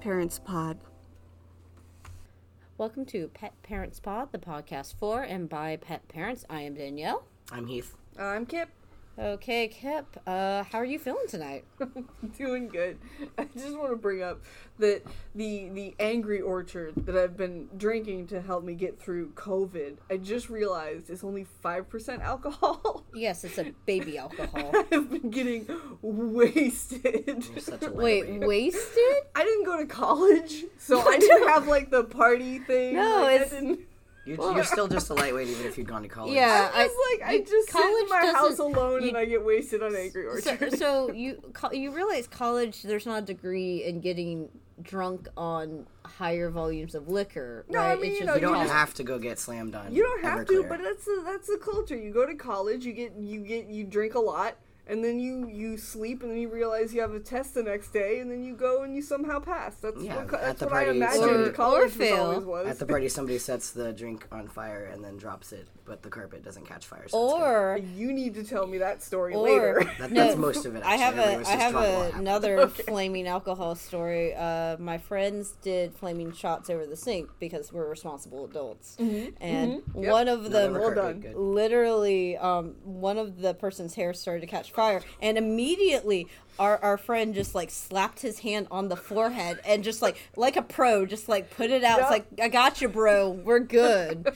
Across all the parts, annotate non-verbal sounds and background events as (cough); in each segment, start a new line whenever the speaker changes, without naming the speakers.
Parents Pod.
Welcome to Pet Parents Pod, the podcast for and by pet parents. I am Danielle.
I'm Heath.
I'm Kip.
Okay, Kip, uh, how are you feeling
(laughs)
tonight?
Doing good. (laughs) I just want to bring up that the the Angry Orchard that I've been drinking to help me get through COVID. I just realized it's only five percent alcohol. (laughs)
Yes, it's a baby alcohol.
(laughs) I've been getting wasted. (laughs)
You're such a
Wait,
lightweight.
wasted?
I didn't go to college, so I didn't have like the party thing.
No,
like, I
it's-
didn't-
You're, you're still just a lightweight, even if you'd gone to college.
Yeah,
I was like, I
you-
just sit in
college
my house
doesn't-
alone
you-
and I get wasted on Angry
(laughs) So,
Orchard. (laughs)
so you co- you realize college, there's not a degree in getting drunk on higher volumes of liquor,
No, I
right?
mean,
It's just
you know,
You don't
college.
have to go get slammed on.
You don't have to,
Everclear.
but that's the, that's the culture. You go to college, you get you get you drink a lot, and then you you sleep, and then you realize you have a test the next day, and then you go and you somehow pass. That's
Yeah,
what, co-
at
that's
the
what I
party,
imagined
Or- or
college was
fail.
always was.
At the party, somebody sets the drink on fire and then drops it, but the carpet doesn't catch fire. So it's good.
Or
you need to tell me that story
Or-
(laughs) later. (laughs)
that,
No,
that's most of it. Actually.
I have
Everybody
a
was
I
just
have
drunk while it
a,
happened. (laughs)
another flaming alcohol story. Uh, my friends did flaming shots over the sink because we're responsible adults, and
Yep.
one of
None
them
over
well
carpet,
done.
good.
literally um, one of the person's hair started to catch fire and immediately our, our friend just like slapped his hand on the forehead and just like like a pro just like put it out it's
Yep.
like i got you bro we're good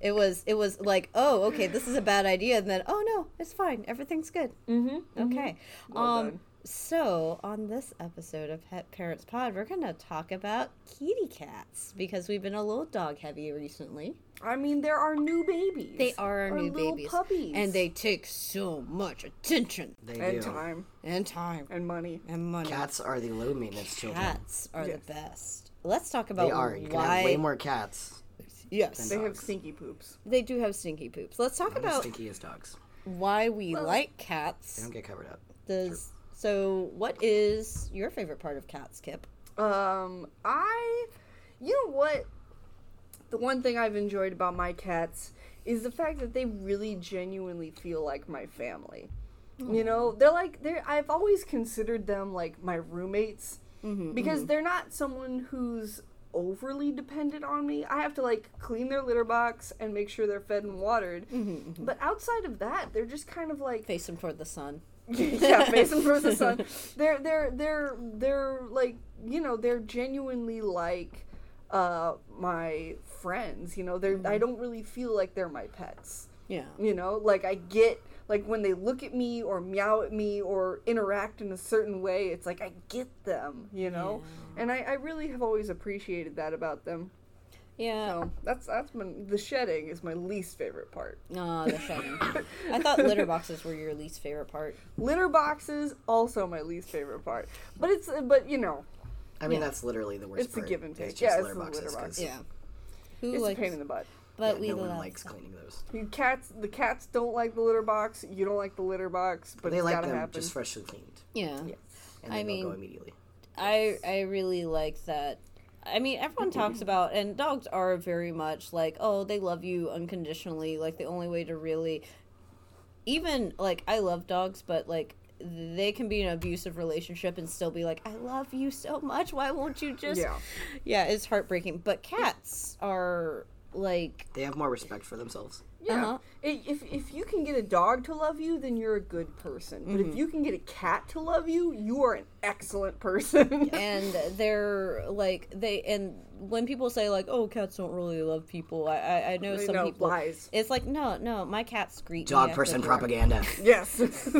it was it was like oh okay this is a bad idea and then oh no it's fine everything's good mm-hmm okay um
done.
so on this episode of pet parents pod we're gonna talk about kitty cats because we've been a little dog heavy recently
I mean, there are new babies.
they are our
Our
new
little
babies,
puppies.
and they take so much attention
They do.
and time
and time
and money.
and money.
Cats are the low maintenance children.
Cats are
Yes.
the best. Let's talk about
They are. You can
why.
have way more cats
yes,
They
they,
have stinky poops.
do have stinky poops. Let's talk
than
about
stinky as dogs.
why we like
They
cats.
don't get covered up.
Does so? What is your favorite part of cats, Kip?
Um, I, you know what? The one thing I've enjoyed about my cats is the fact that they really genuinely feel like my family. You know, they're like they're. I've always considered them like my roommates because they're not someone who's overly dependent on me. I have to like clean their litter box and make sure they're fed and watered. But outside of that, they're just kind of like
Face them toward the sun.
(laughs) yeah, Mason versus Sun. They're they're they're they're like you know they're genuinely like uh my friends. You know they're I don't really feel like they're my pets.
Yeah.
You know like I get like when they look at me or meow at me or interact in a certain way, it's like I get them. You know, and I I really have always appreciated that about them.
Yeah.
So that's that's been the shedding is my least favorite part.
Aw,
(laughs)
the shedding. I thought litter boxes were your least favorite part.
Litter boxes also my least favorite part. But it's but you know
I mean, that's literally the worst
It's a
part.
give and take.
It's just
Yeah, it's
litter
the
boxes.
litter
'cause,
box.
Yeah. Who
It's
likes?
a pain in the butt.
But
yeah,
we
no one
love
likes cleaning those.
You cats, the cats don't like the litter box. You don't like the litter box, but
They
it's
like
gotta
them
happen.
just freshly cleaned,
Yeah.
and
I
then they'll
mean-
go immediately.
I I really like that. I mean, everyone talks about, and dogs are very much like, oh, they love you unconditionally. Like the only way to really, even like I love dogs, but like they can be in an abusive relationship and still be like, I love you so much. Why won't you just?
Yeah.
yeah, it's heartbreaking. But cats are like,
They have more respect for themselves.
yeah.
uh-huh.
I- If if you can get a dog to love you, then you're a good person. But if you can get a cat to love you, you are an excellent person.
and they're like they and when people say like oh cats don't really love people i i, I know
They
some
know,
people
lies.
it's like no no my cats scream
Dog person
(laughs)
propaganda.
(laughs) yes. (laughs)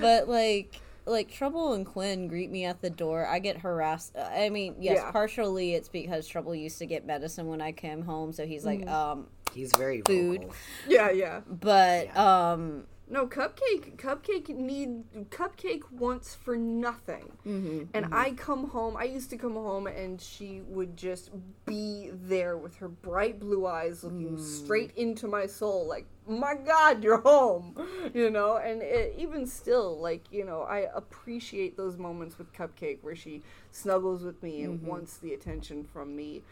but like like trouble and quinn greet me at the door i get harassed uh, i mean yes
Yeah.
partially it's because trouble used to get medicine when i came home so he's
Mm.
like um
He's very
Food.
vocal.
yeah, yeah.
but um
No, Cupcake. Cupcake need Cupcake wants for nothing. and I come home. I used to come home, and she would just be there with her bright blue eyes, looking straight into my soul, like, "My God, you're home," (laughs) you know. And it, even still, like, you know, I appreciate those moments with Cupcake where she snuggles with me and wants the attention from me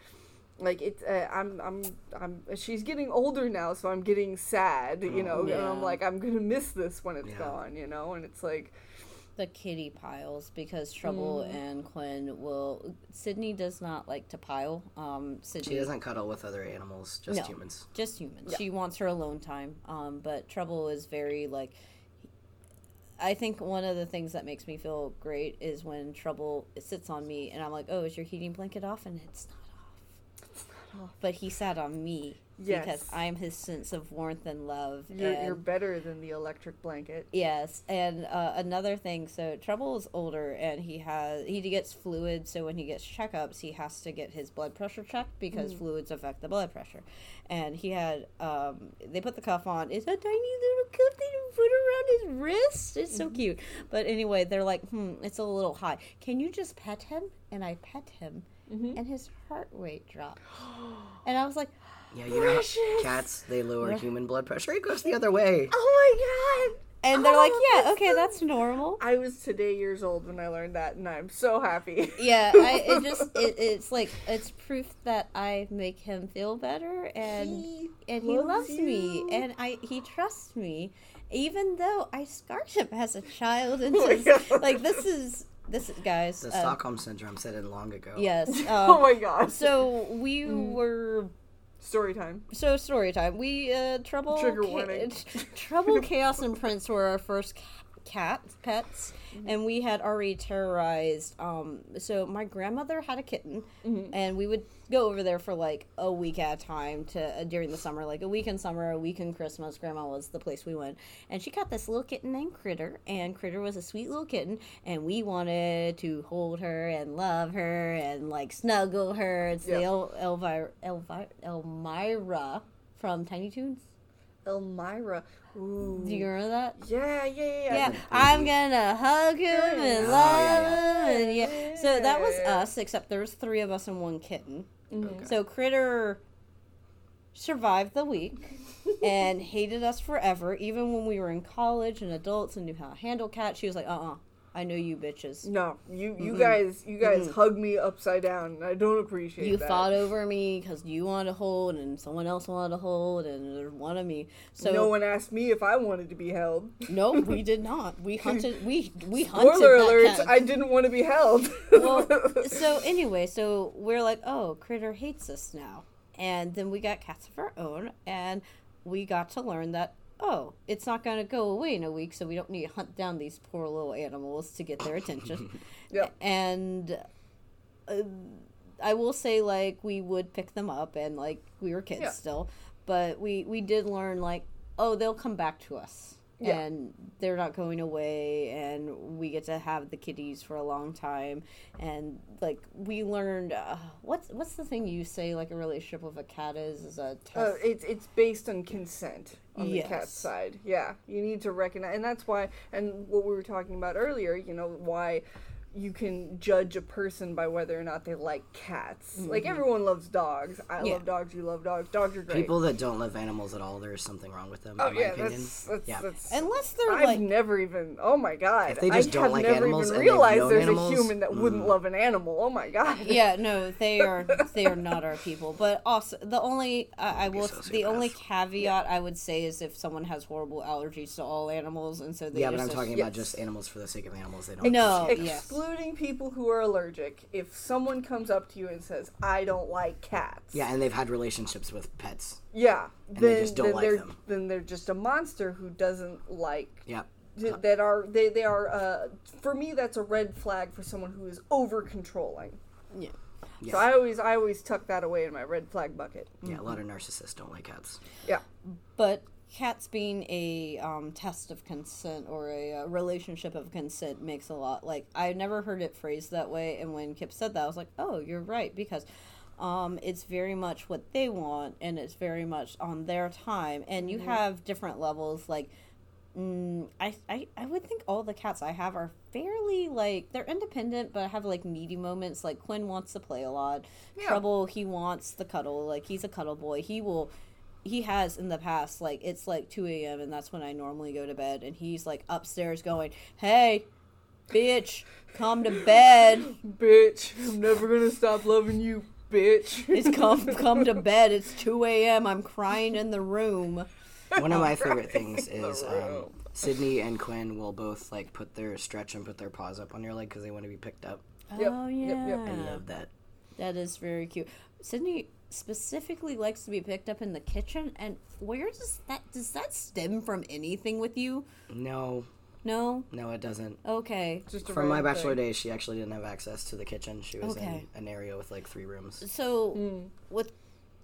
like it uh, I'm, I'm i'm she's getting older now so i'm getting sad you know and
Yeah.
i'm like i'm gonna miss this when it's
Yeah.
gone you know and it's like
the kitty piles because Trouble
Mm.
and Quinn will. Sydney does not like to pile. Um, Sydney
She doesn't cuddle with other animals, just
No.
humans.
just human. She wants her alone time. Um, but Trouble is very like. I think one of the things that makes me feel great is when Trouble sits on me and I'm like, "Oh, is your heating blanket off?" And it's not off. But he sat on me
Yes.
because I'm his sense of warmth and love.
You're,
and
you're better than the electric blanket.
Yes, and uh, another thing. So Trouble is older, and he has he gets fluids. So when he gets checkups, he has to get his blood pressure checked because fluids affect the blood pressure. And he had um, they put the cuff on. It's a tiny little cuff they put around his wrist. It's so cute. But anyway, they're like, hmm, it's a little high. Can you just pet him? And I pet him, and his heart rate dropped. and I was like,
Yeah, you know,
Precious. Uh,
how cats, they lower human blood pressure. It goes the other way.
Oh my god!
and they're like,
Oh,
yeah, okay, that's normal.
I was today years old when I learned that, and I'm so happy.
(laughs)
(laughs)
yeah I, it just it, it's like it's proof that i make him feel better and
He
and he loves,
loves
me
you.
and i he trusts me even though i scarred him as a child and
(laughs) Oh my
just,
God.
like this is this is guys
The
uh,
Stockholm syndrome set in long ago.
(laughs)
yes um,
oh my god! Mm.
so we were
Story time.
so story time. We uh trouble
Trigger
Ca-
warning.
trouble chaos and prince were our first ca- cat pets and we had already terrorized um so my grandmother had a kitten and we would go over there for like a week at a time to uh, during the summer like a week in summer a week in christmas grandma was the place we went and she got this little kitten named critter and critter was a sweet little kitten and we wanted to hold her and love her and like snuggle her it's the
Yeah.
El- Elvira, Elvira, Elmira from Tiny Toons.
Elmira. Ooh.
Do you remember that?
Yeah, yeah, yeah.
Yeah, I'm gonna hug him and
Yeah.
love
yeah,
him. And yeah. So that was
Yeah. Mm-hmm.
us, except there was three of us and one kitten. So Critter survived the week
(laughs)
and hated us forever. Even when we were in college and adults and knew how to handle cats, she was like, "Uh, uh I know you bitches.
No, you
Mm-hmm.
you guys you guys hug me upside down. and I don't appreciate
You
that.
fought over me because you wanted to hold and someone else wanted to hold and there's one of me. So (laughs)
no one asked me if I wanted to be held.
No, we did not. We hunted. We we hunted
(laughs) Spoiler
that
alert!
cat.
I didn't want to be held.
well, so anyway, so we're like, oh, Critter hates us now, and then we got cats of our own, and we got to learn that oh, it's not going to go away in a week, so we don't need to hunt down these poor little animals to get their attention.
(laughs) Yep.
And uh, I will say, like, we would pick them up, and like we were kids
Yeah.
still, but we we did learn like, oh, they'll come back to us.
Yeah.
And they're not going away, and we get to have the kitties for a long time, and like we learned, uh, what's what's the thing you say like a relationship with a cat is is a test.
Uh, it's it's based on consent on the cat
Yes.
side. Yeah, you need to recognize, and that's why, and what we were talking about earlier. You know why you can judge a person by whether or not they like cats. Like everyone loves dogs. I
Mm-hmm. Yeah.
love dogs. You love dogs. Dogs are great.
People that don't love animals at all, there's something wrong with them,
oh
in my
yeah,
opinion.
that's that's,
yeah.
that's
Unless they're
I've
like
never even. Oh my god!
If they just
I
don't
have
like
never
animals
even
and they've
realized
known
there's
animals, Mm.
a human that wouldn't love an animal. Oh my god! (laughs)
yeah no they are they are not our people but also the only i, I will the only caveat i would say is if someone has horrible allergies to all animals and so they
yeah, but
just
I'm talking
ass-
about
yes.
just animals for the sake of animals. They don't
No.
appreciate.
Yes.
Excluding people who are allergic. If someone comes up to you and says, "I don't like cats,"
Yeah, and they've had relationships with pets.
Yeah,
they
then,
just don't
then
like
they're
them.
then they're just a monster who doesn't like
Yeah.
th- that are they they are uh, for me that's a red flag for someone who is over controlling.
yeah.
So I always I always tuck that away in my red flag bucket.
Yeah, a lot of narcissists don't like cats.
Yeah.
but cats being a um, test of consent or a, uh relationship of consent makes a lot like i never heard it phrased that way and when kip said that i was like oh you're right because um, it's very much what they want and it's very much on their time and you
Mm-hmm.
have different levels like Mm, I, I I would think all the cats I have are fairly like they're independent, but have like needy moments. Like Quinn wants to play a lot. Trouble he wants the cuddle. Like he's a cuddle boy. He will. He has in the past like it's like two a.m. and that's when I normally go to bed, and he's like upstairs going, "Hey, bitch, come to bed.
Bitch, I'm never gonna stop loving you,
(laughs)
bitch.
It's come come to bed. It's two a.m. I'm crying in the room." (laughs)
One of my favorite things is um,
room.
Sydney and Quinn will both like put their stretch and put their paws up on your leg because they want to be picked up.
Yep,
Oh yeah,
yep, yep.
I love that.
that is very cute. Sydney specifically likes to be picked up in the kitchen, and where does that does that stem from anything with you?
No,
No.
no, it doesn't.
Okay.
Just a
From my
random
bachelor
thing.
days, she actually didn't have access to the kitchen. She was
Okay.
in an area with like three rooms.
So
Hmm.
with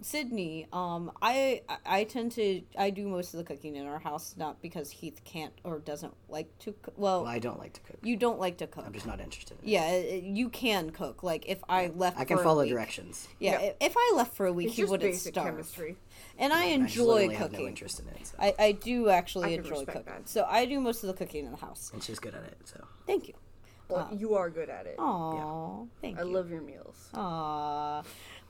Sydney, um, I I- I tend to I do most of the cooking in our house, not because Heath can't or doesn't like to. Cook. Well,
Well, I don't like to cook.
you don't like to cook.
I'm just not interested in it.
Yeah, i- i- you can cook. Like if I left,
I can
for a
follow
week-
directions.
Yeah,
Yeah.
i- if I left for a week,
It's
he
just
wouldn't
basic
starve.
chemistry.
And I
I just
enjoy
literally have no
cooking.
interest in it. So.
I, I do actually
I can
enjoy
respect
cooking.
that.
So I do most of the cooking in the house.
and she's good at it. So
Thank you.
Uh.
But you are good at
Oh,
it.
Aw, thank
I
you.
love your meals.
Aw,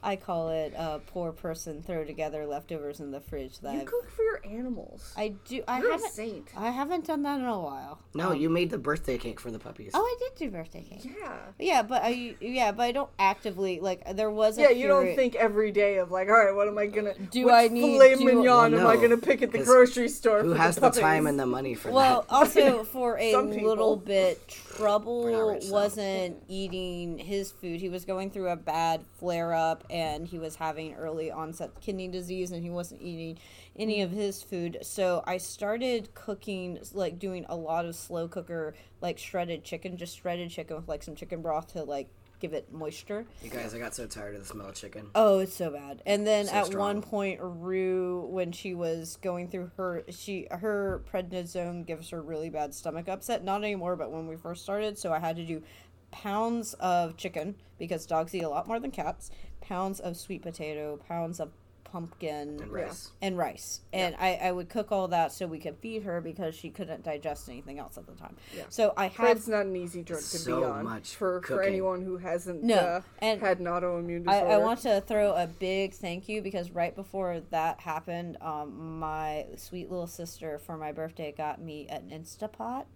I call it uh, poor person throw together leftovers in the fridge. That
You
I've-
cook for your animals.
I do. I
You're a
haven't.
saint.
I haven't done that in a while.
no, you made the birthday cake for the puppies.
Um, Oh, I did do birthday cake.
yeah.
Yeah, but I yeah, but I don't actively like. There was a
Yeah, you don't
period-
think every day of like, all right, what am I gonna
Do
which
I need-
filet
do-
mignon
Well,
am I
no,
gonna pick at the
'cause
grocery store?
Who
for
has the,
the,
time
puppies?
and the money for
Well,
that? (laughs)
also for a
Some people.
little bit,
We're not
trouble
rich, so.
wasn't eating his food. He was going through a bad flare up, and he was having early onset kidney disease, and he wasn't eating any of his food. So I started cooking, like doing a lot of slow cooker, like shredded chicken, just shredded chicken with like some chicken broth to like give it moisture.
You guys, I got so tired of the smell of chicken.
Oh, it's so bad. And then at
strong.
one point, Rue, when she was going through her, she her prednisone gives her really bad stomach upset. Not anymore, but when we first started, so I had to do pounds of chicken because dogs eat a lot more than cats. Pounds of sweet potato, pounds of pumpkin,
and rice.
and rice. And I, I would cook all that so we could feed her because she couldn't digest anything else at the time. So I had
That's not an easy drug to
So
be on
much
for for
cooking.
anyone who hasn't
No,
uh,
and
had an autoimmune
I,
disorder.
I want to throw a big thank you because right before that happened, um, my sweet little sister for my birthday got me an Instapot.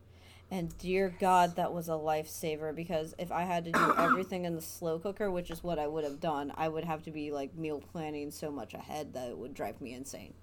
And dear God, that was a lifesaver because if I had to
(clears throat)
do everything in the slow cooker, which is what I would have done, I would have to be like meal planning so much ahead that it would drive me insane.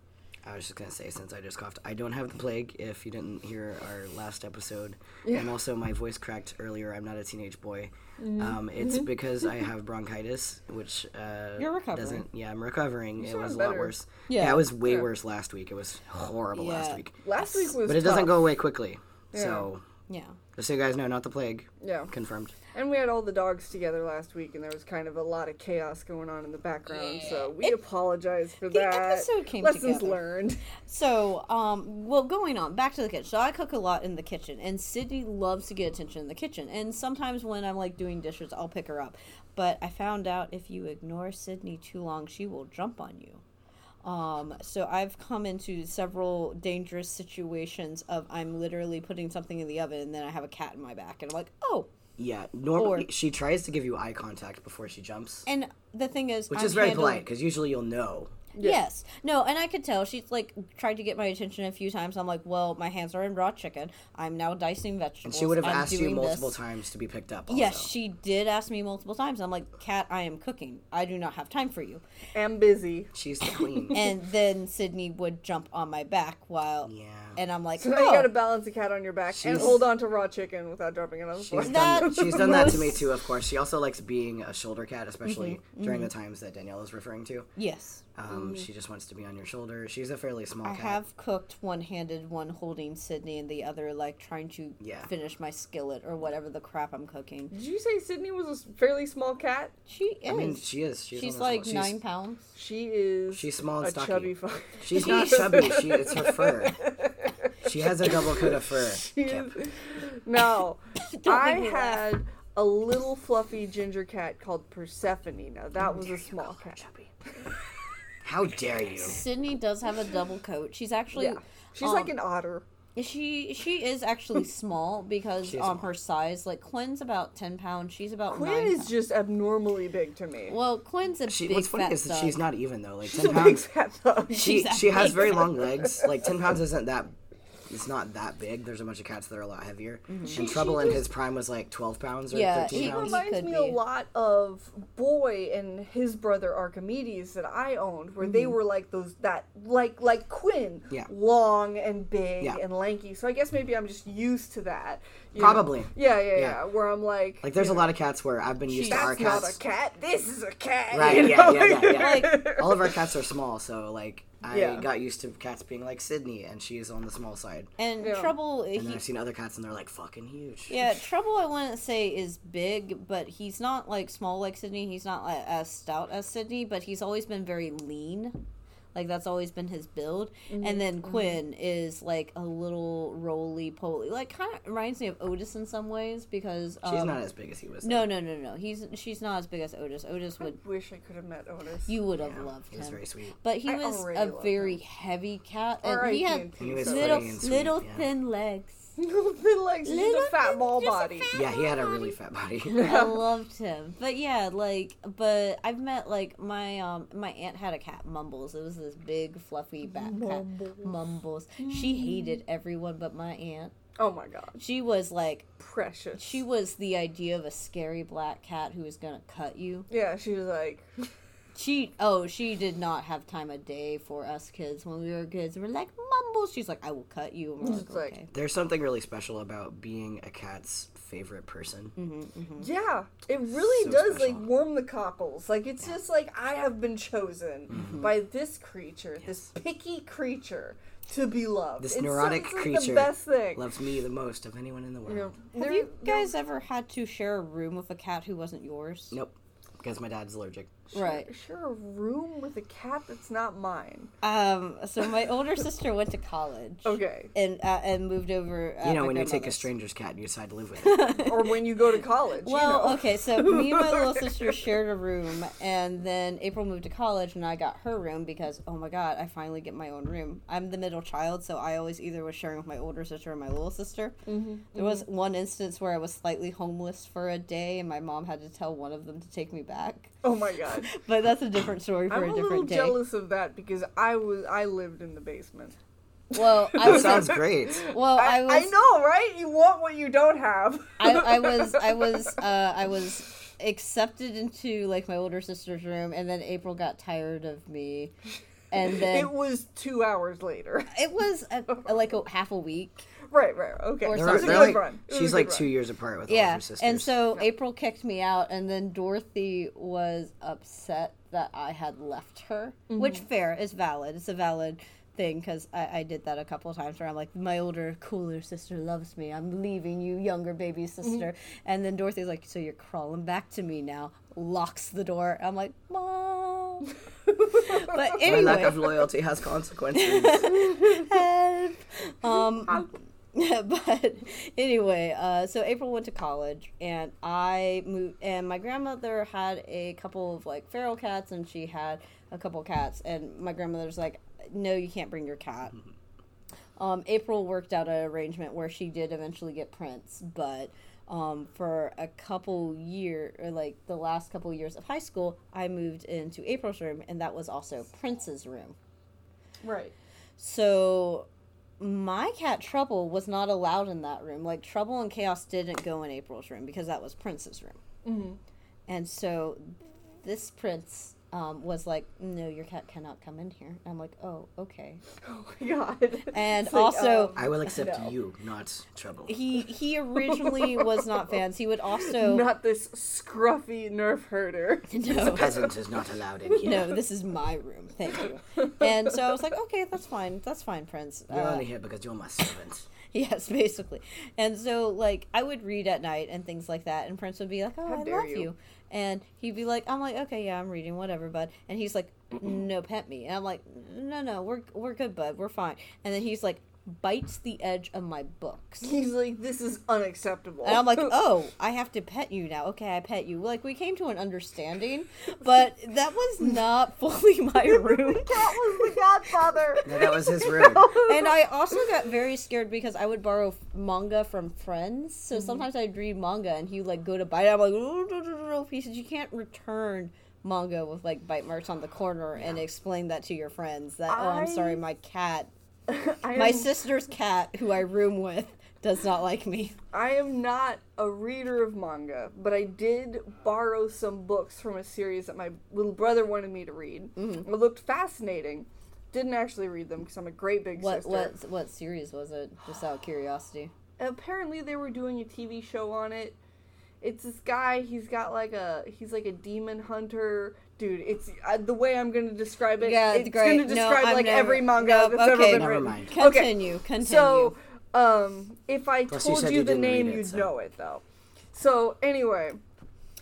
I was just gonna say, since I just coughed, I don't have the plague. If you didn't hear our last episode, and also my voice cracked earlier. I'm not a teenage boy. Um, it's because I have bronchitis, which uh,
You're recovering.
Doesn't, yeah, I'm recovering. it
sound
was a lot
better.
worse.
Yeah.
Yeah, it was way worse last week. It was horrible last
Yeah.
week.
Last week was,
But it doesn't
tough,
go away quickly. So
Yeah.
just so you guys know, not the plague.
Yeah.
Confirmed.
and we had all the dogs together last week, and there was kind of a lot of chaos going on in the background. So we apologize for that.
episode came
Lessons
together.
learned.
So, um, well, going on back to the kitchen. So I cook a lot in the kitchen, and Sydney loves to get attention in the kitchen. And sometimes when I'm like doing dishes, I'll pick her up. But I found out if you ignore Sydney too long, she will jump on you. Um, so I've come into several dangerous situations of I'm literally putting something in the oven, and then I have a cat in my back, and I'm like, oh.
Yeah. Normally, she tries to give you eye contact before she jumps,
And the thing is,
which
I'm
is very
handling-
polite because usually you'll know.
Yes. No, and I could tell she's like tried to get my attention a few times. I'm like, well, my hands are in raw chicken. I'm now dicing vegetables.
She would have
I'm
asked you
doing
multiple
this."
times to be picked up. Also.
Yes, she did ask me multiple times. I'm like, Kat, I am cooking. I do not have time for you.
I'm busy. (laughs)
She's
(laughs)
the queen. (laughs)
And then Sydney would jump on my back while,
Yeah.
and I'm like,
So now you
oh,
gotta balance a cat on your back and
She's-
hold on to raw chicken without dropping it on the floor.
She's
That
done, she's done that to me
most-
too, of course. She also likes being a shoulder cat, especially
Mm-hmm,
during the times that Danielle is referring to.
"Oh, yes.
Um, She just wants to be on your shoulder. She's a fairly small
Mm-hmm. I
cat.
have cooked one handed, one holding Sydney, and the other like trying to
Yeah.
finish my skillet or whatever the crap I'm cooking.
Did you say Sydney was a s- fairly small cat?
She is.
I mean, she is. She's,
she's
almost
like
small.
nine
She's,
pounds.
She is
she's small and
a
stocky.
chubby fuck. (laughs)
She's not chubby. She it's her
(laughs)
fur. She has a double coat of fur. Kip.
Now, I
me laugh.
had a little fluffy ginger cat called Persephone. Now that was a small cat.
Chubby. How dare you?
Sydney does have a double coat. She's actually um,
Yeah, she's like an otter.
she she is
(laughs)
actually small because
is
um
small.
her size like Quinn's about ten pounds. She's about
Quinn
nine
is
pounds.
just abnormally big to me.
well, Quinn's a
She,
big
what's funny
fat
is that
thug. (laughs)
she's not even though. Like
She's a
ten
big
(laughs) pounds.
fat thug.
She
She's a (laughs)
she has
big
very long legs. Like ten pounds isn't that it's not that big. There's a bunch of cats that are a lot heavier.
Mm-hmm.
And Trouble in his prime was like 12 pounds or
Yeah,
13
he-
He
pounds.
reminds
could
me
be.
a lot of Boy and his brother Archimedes that I owned, where they were like those that like like Quinn,
Yeah.
long and big
Yeah.
and lanky. So I guess maybe I'm just used to that. you know?
Probably.
Yeah, yeah, yeah,
Yeah.
Where I'm like,
Like there's a lot of cats where I've been used to our cats.
that's not a cat. This is a cat.
(laughs)
Right,
you
yeah,
know?
yeah, yeah,
(laughs)
yeah.
Like-
All
(laughs)
of our cats are small, so like I
Yeah.
got used to cats being like Sydney, and she's on the small side.
And
Yeah.
Trouble,
And then
he,
I've seen other cats, and they're like fucking huge.
yeah, Trouble I wouldn't say is big, but he's not like small like Sydney. He's not like, as stout as Sydney, but he's always been very lean. Like that's always been his build. And then Quinn is like a little roly poly. Like kind of reminds me of Otis in some ways because um,
she's not as big as he was.
no, no, no, no. He's she's not as big as Otis. Otis would
Wish I could have met Otis.
you would have
Yeah,
loved
He was
him.
very sweet.
But he
I
was
already
a
love
very heavy cat, and he had
R.I.P.
He was
so- (laughs)
little,
funny and sweet,
little
yeah.
thin legs.
little legs, just
Little-
a fat ball
just a
body.
fat-
Yeah, he had a really
(laughs)
fat body.
I loved him. But yeah, like, but I've met like my um my aunt had a cat, Mumbles. It was this big fluffy bat
Mumbles.
cat, Mumbles. She hated everyone but my aunt.
Oh my god,
She was like,
precious.
she was the idea of a scary black cat who was gonna cut you.
yeah, she was like,
She oh she did not have time of day for us kids when we were kids. And we're like Mumbles. She's like I will cut you. And we're like,
It's like-
okay.
There's something really special about being a cat's favorite person.
Yeah, it
So
really does
special.
like warm the cockles. Like it's just like I have been chosen
Mm-hmm.
by this creature, this picky creature, to be loved.
This
It's so-
neurotic
it's, like,
creature
the best thing.
Loves me the most of anyone in the world.
You know,
Have
there-
you guys ever had to share a room with a cat who wasn't yours?
Nope, because my dad's allergic.
share-
Right.
Share a room with a cat that's not mine.
Um. So my older sister went to college.
Okay.
And uh, and moved over. Uh,
You know
my
when you take a
grandmother's.
stranger's cat and you decide to live
(laughs)
with it.
or when you go to college.
Well,
you know.
okay, so me and my little sister shared a room, and then April moved to college, and I got her room because, oh my god, I finally get my own room. I'm the middle child, so I always either was sharing with my older sister or my little sister. Mm-hmm, there was one instance where I was slightly homeless for a day, and my mom had to tell one of them to take me back.
Oh
(laughs)
my god.
But that's a different story for
I'm
a
a
different
little
day.
jealous of that because I was I lived in the basement.
Well, I
That
was.
sounds great.
well, Oh, I,
I,
was.
I know, right? You want what you don't have. (laughs)
I, I was I was uh, I was accepted into like my older sister's room, and then April got tired of me, and then
it was two hours later.
it was a, a- like a half a week.
Right, right, okay.
Or
It
They're,
was a
they're
good
like,
run. It was
she's
a
like
good
two
run.
years apart with all
Yeah,
of her sisters.
and so April kicked me out, and then Dorothy was upset that I had left her, which fair is valid. It's a valid thing because I, I did that a couple of times where I'm like, my older, cooler sister loves me. I'm leaving you, younger baby sister. And then Dorothy's like, so you're crawling back to me now. Locks the door. I'm like, mom. but
my lack
anyway,
of loyalty has consequences.
help. Um, (laughs) but anyway, uh, so April went to college, and I moved, and my grandmother had a couple of like feral cats, and she had a couple cats, and my grandmother's like, no, you can't bring your cat. Um, April worked out an arrangement where she did eventually get Prince, but um, for a couple year or like the last couple years of high school, I moved into April's room, and that was also Prince's room.
Right.
So my cat Trouble was not allowed in that room. Like Trouble and Chaos didn't go in April's room because that was Prince's room. Mm-hmm. And so this prince um, was like, "No, your cat cannot come in here." I'm like, "Oh, okay."
Oh my god. (laughs)
And
It's like,
(laughs) also,
um,
(laughs) I will accept
No.
you, not trouble.
he he originally was not fans. He would also
(laughs) not this scruffy nerf herder. (laughs)
no.
Peasant is not
(laughs)
allowed in here.
No, this is my room. Thank you. And so I was like, okay, that's fine. That's fine, Prince.
You're
Uh,
only here because you're my servant.
(laughs) Yes, basically. And so, like, I would read at night and things like that, and Prince would be like, "Oh,
How
I
dare
love you.
you."
and he'd be like, "I'm like, okay, yeah, I'm reading, whatever, bud." And he's like, "No, pet me," and I'm like, "No, no, we're we're good, bud, we're fine." And then he's like, bites the edge of my books,
He's like, this is unacceptable.
and I'm like, "Oh, I have to pet you now. Okay, I pet you." Like, we came to an understanding, but that was not (laughs) fully my room.
(laughs) that was
(laughs)
the Godfather.
No, that was his Oh room.
and
(laughs)
I also got very scared because I would borrow f- manga from friends. So
Mm-hmm.
sometimes I'd read manga and he would like go to bite. it. I'm like, "Ooh, no, no, no, no." he said you can't return manga with like bite marks on the corner and explain that to your friends that oh I'm sorry
I-
my cat
I
My
am- (laughs)
sister's cat, who I room with, does not like me.
I am not a reader of manga, but I did borrow some books from a series that my little brother wanted me to read.
Mm-hmm.
It looked fascinating. Didn't actually read them because I'm a great big
What
sister.
what what series was it? Just out of curiosity.
Apparently, they were doing a TV show on it. It's this guy. He's got like a he's like a demon hunter. Dude, it's uh, the way I'm going to describe it.
Yeah,
it's
great.
going to
No,
describe
I'm
like
never-
every manga
Nope, okay.
that's ever been
Never
written.
mind.
Continue. Continue.
So, um, if I
Plus, you
told
said
you,
you
the
didn't read
name,
it,
you'd
so.
know it though. So anyway,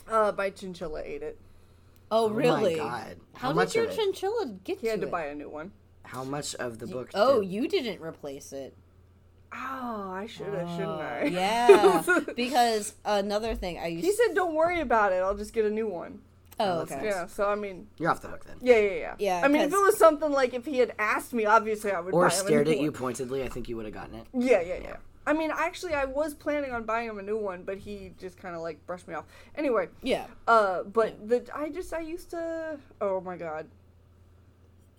uh, my chinchilla ate it.
oh
Oh my
really?
God.
How,
How
did
much
your
of it?
chinchilla get
He
to
had to
it?
buy a new one.
How much of the book?
Oh,
did-
you didn't replace it.
(laughs) Oh, I should have, shouldn't I?
Oh, yeah. because another thing I used.
(laughs) He said, "Don't worry about it. I'll just get a new one."
oh,
that's
okay.
nice.
Yeah. So I mean,
you're off the hook then.
yeah, yeah, yeah.
Yeah,
I mean, if it
'cause-
was something like if he had asked me, obviously I would.
Or
buy
stared
him a
at
new
you
one.
pointedly. I think you would have gotten it.
Yeah, yeah, yeah. I mean, actually, I was planning on buying him a new one, but he just kind of like brushed me off. Anyway,
Yeah.
Uh, but the I just I used to. Oh my god.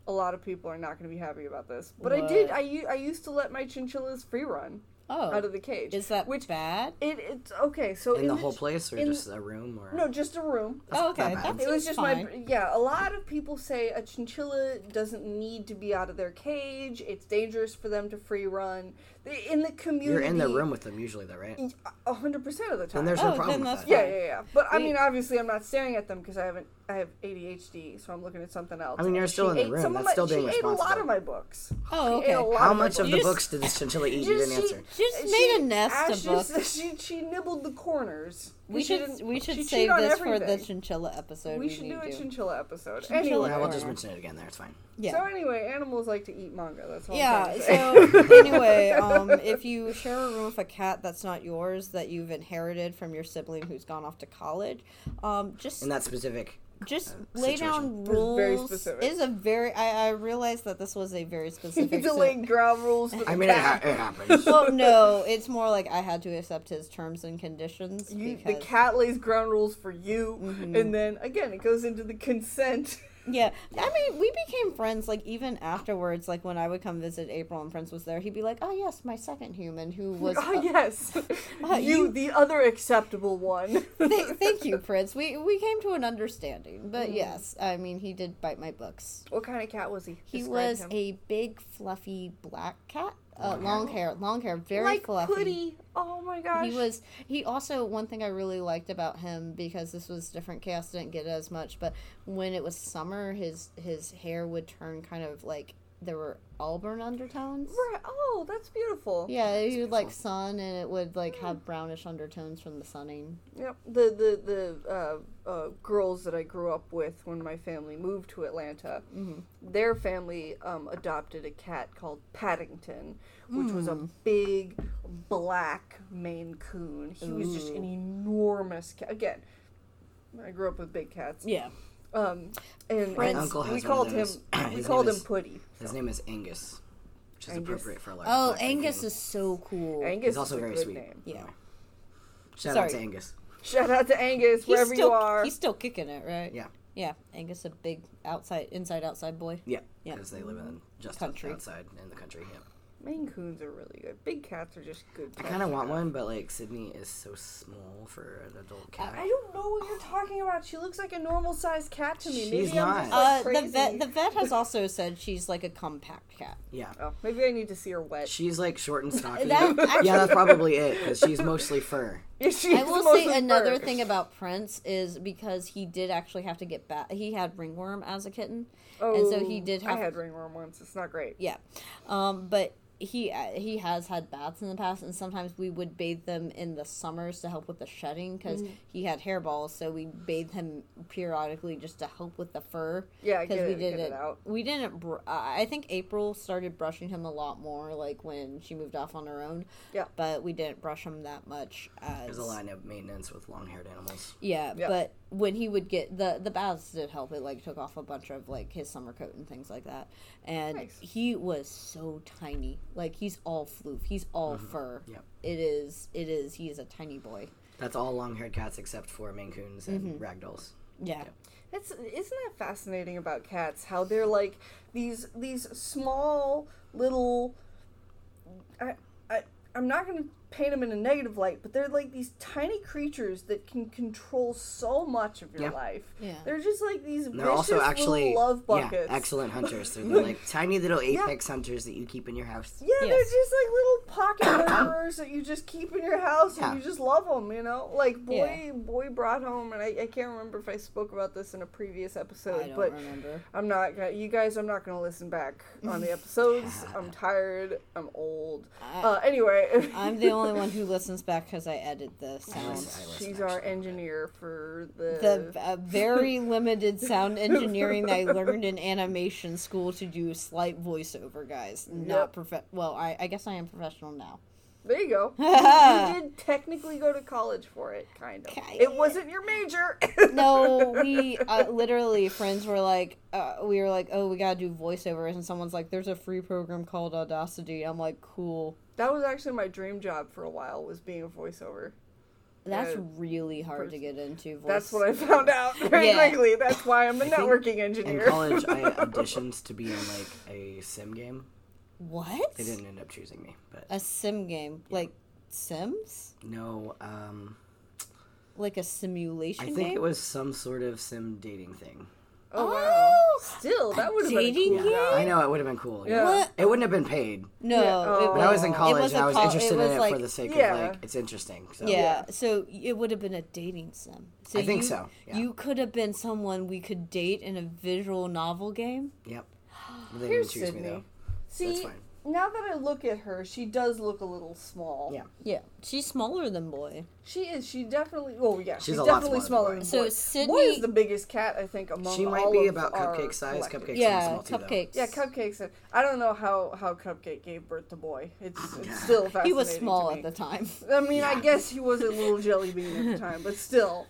A lot of people are not going to be happy about this, but I did.
What?
I u- I used to let my chinchillas free run
Oh.
out of the cage.
is that
which
bad?
it it's okay? So
In,
in
the, whole
ch-
place, or
in-
just a room, or
No, just a room.
Oh, okay.
not
That
bad.
It was
seems
just
fine.
my yeah. A lot of people say a chinchilla doesn't need to be out of their cage. It's dangerous for them to free run in the community.
you're in the room with them usually, though, right?
a hundred percent of the time.
And there's
Oh,
no
then
problem
that's
with that.
Yeah, yeah, yeah. But I
We-
mean, obviously, I'm not staring at them because I haven't. I have ADHD, so I'm looking at something else.
I mean, you're
And
still
she
in the
ate
room.
some
That's
of my-
still being
She ate a lot
responsible.
of my books.
Oh,
She ate
okay.
a lot
How
of my
much of
books.
the
You just-
books did this
(laughs)
chinchilla eat?
She
You
just-
didn't
she-
answer.
She just
she-
made a nest
ah,
of
she just-
books.
(laughs) She she nibbled the corners.
We
She
should
didn't-
we
she
should
chewed
save
on
this for the
everything.
chinchilla episode.
We should
need
do a
to.
chinchilla episode.
Chinchilla
anyway,
Yeah, we'll just
Or-
mention it again. There, it's fine.
Yeah.
so anyway, animals like to eat manga. That's all. I'm (laughs)
yeah.
trying to say.
So
(laughs)
anyway, um, if you share a room with a cat that's not yours that you've inherited from your sibling who's gone off to college, um, just
In that specific,
uh,
just lay down
This is
rules.
very specific.
Is a very. I, I realized that this was a
(laughs)
very specific.
the
sit-
late ground
(laughs)
rules. for the
I mean, it, ha-
cat.
it happens.
(laughs)
well, Oh, no, it's more like I had to accept his terms and conditions
You, the
because Mm-hmm.
cat lays ground rules for you, and then again it goes into the consent.
yeah, I mean, we became friends like even afterwards. Like when I would come visit April and Prince was there, he'd be like, "Oh yes, my second human who
(laughs)
was."
Oh
uh,
yes, you,
you-
the other acceptable one.
(laughs)
(laughs)
Th- thank you, Prince. We we came to an understanding, but
Mm.
yes, I mean he did bite my books.
What kind of cat was he?
He
Describe
was
him.
a big fluffy black cat, uh, long hair, long hair, very
like
fluffy.
Hoodie. Oh my gosh.
He was. He also one thing I really liked about him because this was different cast didn't get it as much, but when it was summer, his his hair would turn kind of like there were auburn undertones.
Right. Oh, that's beautiful.
Yeah, he would like sun, and it would like have brownish undertones from the sunning.
Yep. The the the uh, uh, girls that I grew up with when my family moved to Atlanta,
Mm-hmm.
their family um, adopted a cat called Paddington, which was
Hmm.
a big black Maine Coon. He was just an enormous cat. Again, I grew up with big cats.
Yeah.
Um, and,
My
and
uncle has one
we
of
called him
those. (clears throat)
we
His
called
name
him
is-
Putty.
His name is Angus, which is
Angus.
appropriate for a large.
Oh,
black man.
Angus is so cool.
Angus
He's also
is a
very
good
sweet.
name.
Yeah.
Shout
Sorry.
out to Angus.
Shout out to Angus wherever
still,
you are.
He's still kicking it, right?
Yeah.
Yeah. Angus a big outside, inside, outside boy.
Yeah.
Yeah.
Because they live in just
Country.
outside in the country. Yeah.
Maine Coons are really good. Big cats are just good.
I kind of want one, but like Sydney is so small for an
Uh,
adult cat.
I don't know what you're talking about. She looks like a normal sized cat to me. Maybe
She's
I'm
not.
just like,
Uh, the
crazy.
vet, the vet has also said she's like a compact cat.
yeah.
oh, maybe I need to see her wet.
She's like short and stocky.
That- actually-
yeah, that's probably it because she's mostly fur.
(laughs) I will say another thing about Prince is because he did actually have to get back. He had ringworm as a kitten, and so he did have.
Oh, I had ringworm once. It's not great.
yeah, um, but he uh, he has had baths in the past, and sometimes we would bathe them in the summers to help with the shedding because
Mm.
he had hairballs. So we bathed him periodically just to help with the fur.
Yeah, get
we
it- get it out.
We didn't. Br- I I think April started brushing him a lot more, like when she moved off on her own.
Yeah.
but we didn't brush him that much. As
There's a line of maintenance with long-haired animals.
yeah,
Yeah.
but when he would get the the baths did help. It like took off a bunch of like his summer coat and things like that. And
Nice.
he was so tiny. Like he's all floof. He's all
Mm-hmm.
fur.
Yep.
It is. It is. He is a tiny boy. Mm-hmm.
That's all long-haired cats except for Maine Coons and Ragdolls.
Yeah.
That's isn't that fascinating about cats? How they're like these these small little. I, I I'm not gonna paint them in a negative light, but they're like these tiny creatures that can control so much of your
Yeah.
life.
Yeah.
They're just like these
And
vicious
They're also actually
little love
yeah,
buckets.
excellent hunters.
(laughs)
They're the, like tiny little apex hunters that you keep in your house.
Yeah, they're
Yes.
just
(coughs)
like little pocket murderers that you just keep in your house
Yeah.
and you just love them, you know? Like, boy,
Yeah.
boy brought home, and I, I can't remember if I spoke about this in a previous episode,
I don't
but
remember.
I'm not, gonna- you guys, I'm not going to listen back
(laughs)
on the episodes. I'm tired. I'm old.
I-
uh, anyway. (laughs)
I'm the only one who listens back because I edit the sounds.
listen, I
She's
listen,
our
actually.
engineer for the.
The uh, very limited sound engineering that I learned in animation school to do slight voiceover, guys. Not
Yep.
prof. Well, I, I guess I am professional now.
there
(laughs)
you go. you did technically go to college for it, kind of.
Ki-
It wasn't your major. (coughs)
No,
(laughs)
we uh, literally friends were like, uh, we were like, oh, we gotta do voiceovers, and someone's like, there's a free program called Audacity. I'm like, cool.
that was actually my dream job for a while, was being a voiceover.
That's
Yeah.
really hard to get into. Voice.
That's what I found out (laughs) very
Yeah.
quickly. That's why
(laughs)
I'm a
think
networking
In
engineer.
college, I auditioned to be in like a sim game.
What?
They didn't end up choosing me, but
A sim game like Sims,
no. Um,
like a simulation
I think
game.
it was some sort of sim dating thing.
(laughs) oh,
Oh,
wow. Still, that would have been a
dating
cool
game?
job.
I know it would have been cool.
Yeah.
What?
It wouldn't have been paid.
No,
Yeah.
it
Oh.
When I was in
It
college,
was a
I was
col- it
interested
was
in it
like-
for the sake
Yeah.
of like it's interesting. So.
Yeah, so it would have been a dating sim. So
I think
you,
so, yeah.
You could have been someone we could date in a visual novel game.
Yep. They didn't
Here's
choose
Sydney.
me though.
See,
fine.
now that I look at her, she does look a little small.
Yeah.
Yeah, she's smaller than Boy.
She is. She definitely. Oh yeah, she's,
She's a lot
definitely
smaller
smaller
than
than
So
Boy.
Sydney-
Boy is the biggest cat I think among.
She might
all
be
of
about
our
cupcake size.
collective.
Cupcake's
yeah,
really small too,
cupcakes.
Yeah, cupcakes. and- I don't know how how cupcake gave birth to Boy. It's,
Oh,
it's still fascinating.
He was small at
to me.
the time. (laughs)
I mean, I guess he was a little jelly bean at the time, but still.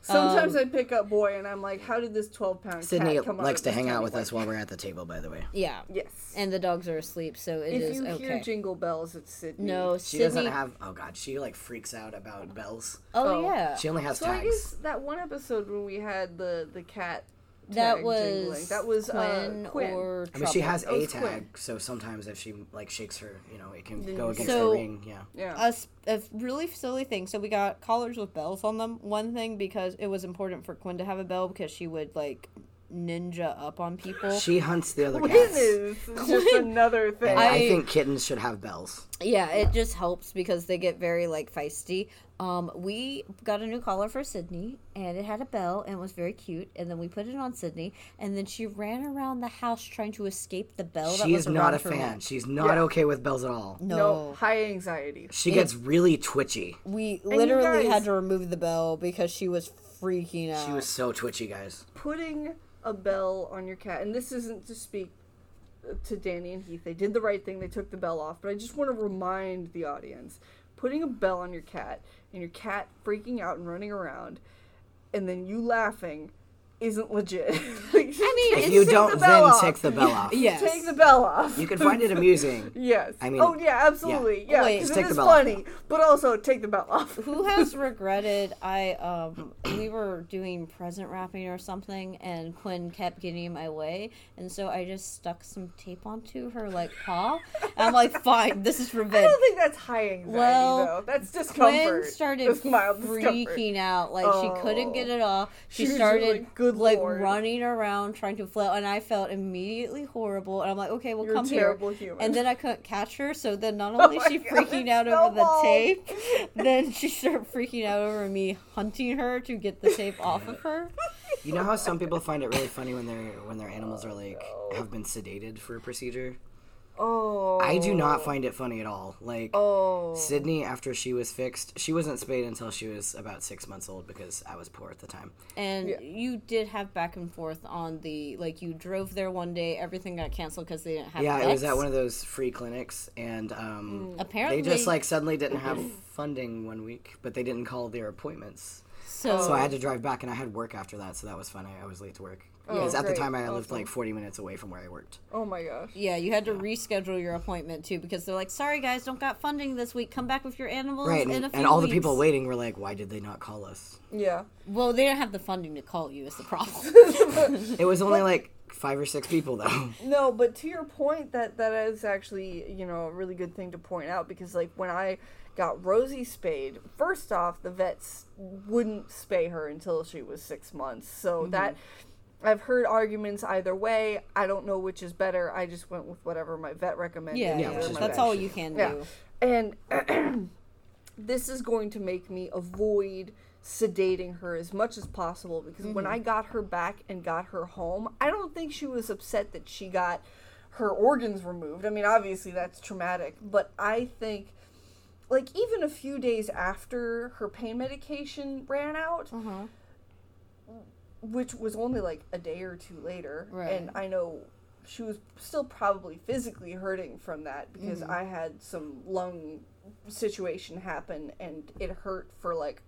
Sometimes
Um,
I pick up boy and I'm like, how did this 12 pound
though. Sydney
cat come out
likes
of
to
this
hang out
tiny
with
boy?
us while we're at the table, by the way.
Yeah,
Yes.
and the dogs are asleep, so it
if
is
you
okay.
hear jingle bells, it's Sydney.
no,
She
Sydney.
doesn't have. Oh God, she like freaks out about bells.
oh,
Oh.
yeah,
She only has
So I guess
tags.
that one episode when we had the the cat.
that
tag
was
jingling, that was
Quinn,
uh, Quinn.
or
I mean, she
Trouble.
has
Oh,
a
it's
tag, so sometimes if she like shakes her, you know, it can go against
So-
the ring. Yeah.
Yeah.
a, s- a f- really silly thing. So we got collars with bells on them. One thing because it was important for Quinn to have a bell because she would like ninja up on people.
She hunts
(laughs)
the other
Quinn
(laughs)
cats.
is just another thing.
And I,
I-
think kittens should have bells.
yeah, it just helps because they get very like feisty. Um, we got a new collar for Sydney and it had a bell and was very cute. And then we put it on Sydney and then she ran around the house trying to escape the bell. Oh, that
she
was
is not
around
a
her
fan.
neck.
She's not
Yeah.
okay with bells at all.
No,
no. high anxiety.
She gets really twitchy.
we literally
guys-
had to remove the bell because she was freaking out.
She was so twitchy, guys.
Putting a bell on your cat, and this isn't to speak to Danny and Heath. They did the right thing. They took the bell off, but I just want to remind the audience: putting a bell on your cat and your cat freaking out and running around, and then you laughing, isn't legit. (laughs) I
It's
If you
take
don't, then take the bell off.
yes.
Take the bell off.
You can find
(laughs)
it amusing.
Yes.
I mean-
oh yeah, absolutely. Yeah,
Wait.
because
Take
it
the
is
bell off.
funny, but also take the bell off. (laughs)
who has regretted I um we were doing present wrapping or something and Quinn kept getting in my way and so I just stuck some tape onto her like paw. And I'm like, fine, this is
I
revenge.
don't think that's high anxiety
Well,
though. That's discomfort. (laughs)
Quinn started
It's mild
freaking
discomfort. Oh.
out, like she couldn't get it off. She,
She was
started
like, "Good
like
Lord."
running around trying to float, and I felt immediately horrible. And I'm like, okay, well,
You're a
come
terrible
here.
human. Oh
And then I couldn't catch her, so then
(laughs)
not only
my
she
God,
freaking
it
out over the
snowballed. (laughs)
tape, then she started freaking out over me hunting her to get the tape off of her.
You know how some people find it really funny when their when their animals are like have been sedated for a procedure.
Oh.
I do not find it funny at all. Like
Oh.
Sydney, after she was fixed, she wasn't spayed until she was about six months old because I was poor at the time.
And you did have back and forth on the like you drove there one day, everything got canceled because they didn't have.
Yeah, it was at
vets.
one of those free clinics, and um,
Hmm.
Apparently,
they just like suddenly didn't have
Mm-hmm.
funding one week, but
Oh.
they didn't call their appointments, so I had to drive back, and I had work after that, so that was fun. I, I was late to work. Because at
great.
the time I lived
Awesome.
like 40 minutes away from where I worked.
Oh my gosh.
Yeah, you had to reschedule your appointment too because they're like, "Sorry guys, don't got funding this week. Come back with your
Oh,
animals
Right,
in
and,
a few
and all
weeks."
the people waiting were like, why did they not call us?
Yeah.
Well, they don't have the funding to call you. Is the problem?
It was only like five or six people
(laughs)
though.
No, but to your point, that that is actually you know a really good thing to point out because like when I got Rosie spayed, first off, the vets wouldn't spay her until she was six months. So
Mm-hmm.
that I've heard arguments either way. I don't know which is better. I just went with whatever my vet recommended.
(laughs) yeah,
Yeah,
yeah,
which is
that's
bad.
all you can
Yeah.
do.
And (clears throat) this is going to make me avoid sedating her as much as possible because when
Mm-hmm.
I got her back and got her home, I don't think she was upset that she got her organs removed. I mean, obviously that's traumatic, but I think like even a few days after her pain medication ran out,
Uh-huh.
which was only like a day or two later
Right.
and i know she was still probably physically hurting from that because
Mm-hmm.
i had some lung situation happen and it hurt for like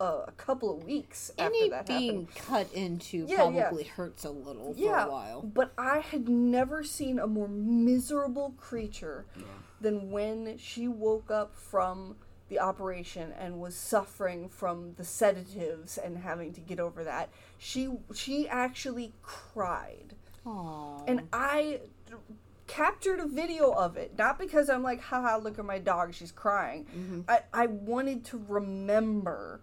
a, a couple of weeks
Any
after that happened
being cut into
Yeah, yeah.
probably hurts a little for
yeah
a while.
but i had never seen a more miserable creature than when she woke up from the operation and was suffering from the sedatives and having to get over that she she actually cried
Aww.
and I d- captured a video of it, not because I'm like, haha, look at my dog, she's crying.
Mm-hmm.
I, I wanted to remember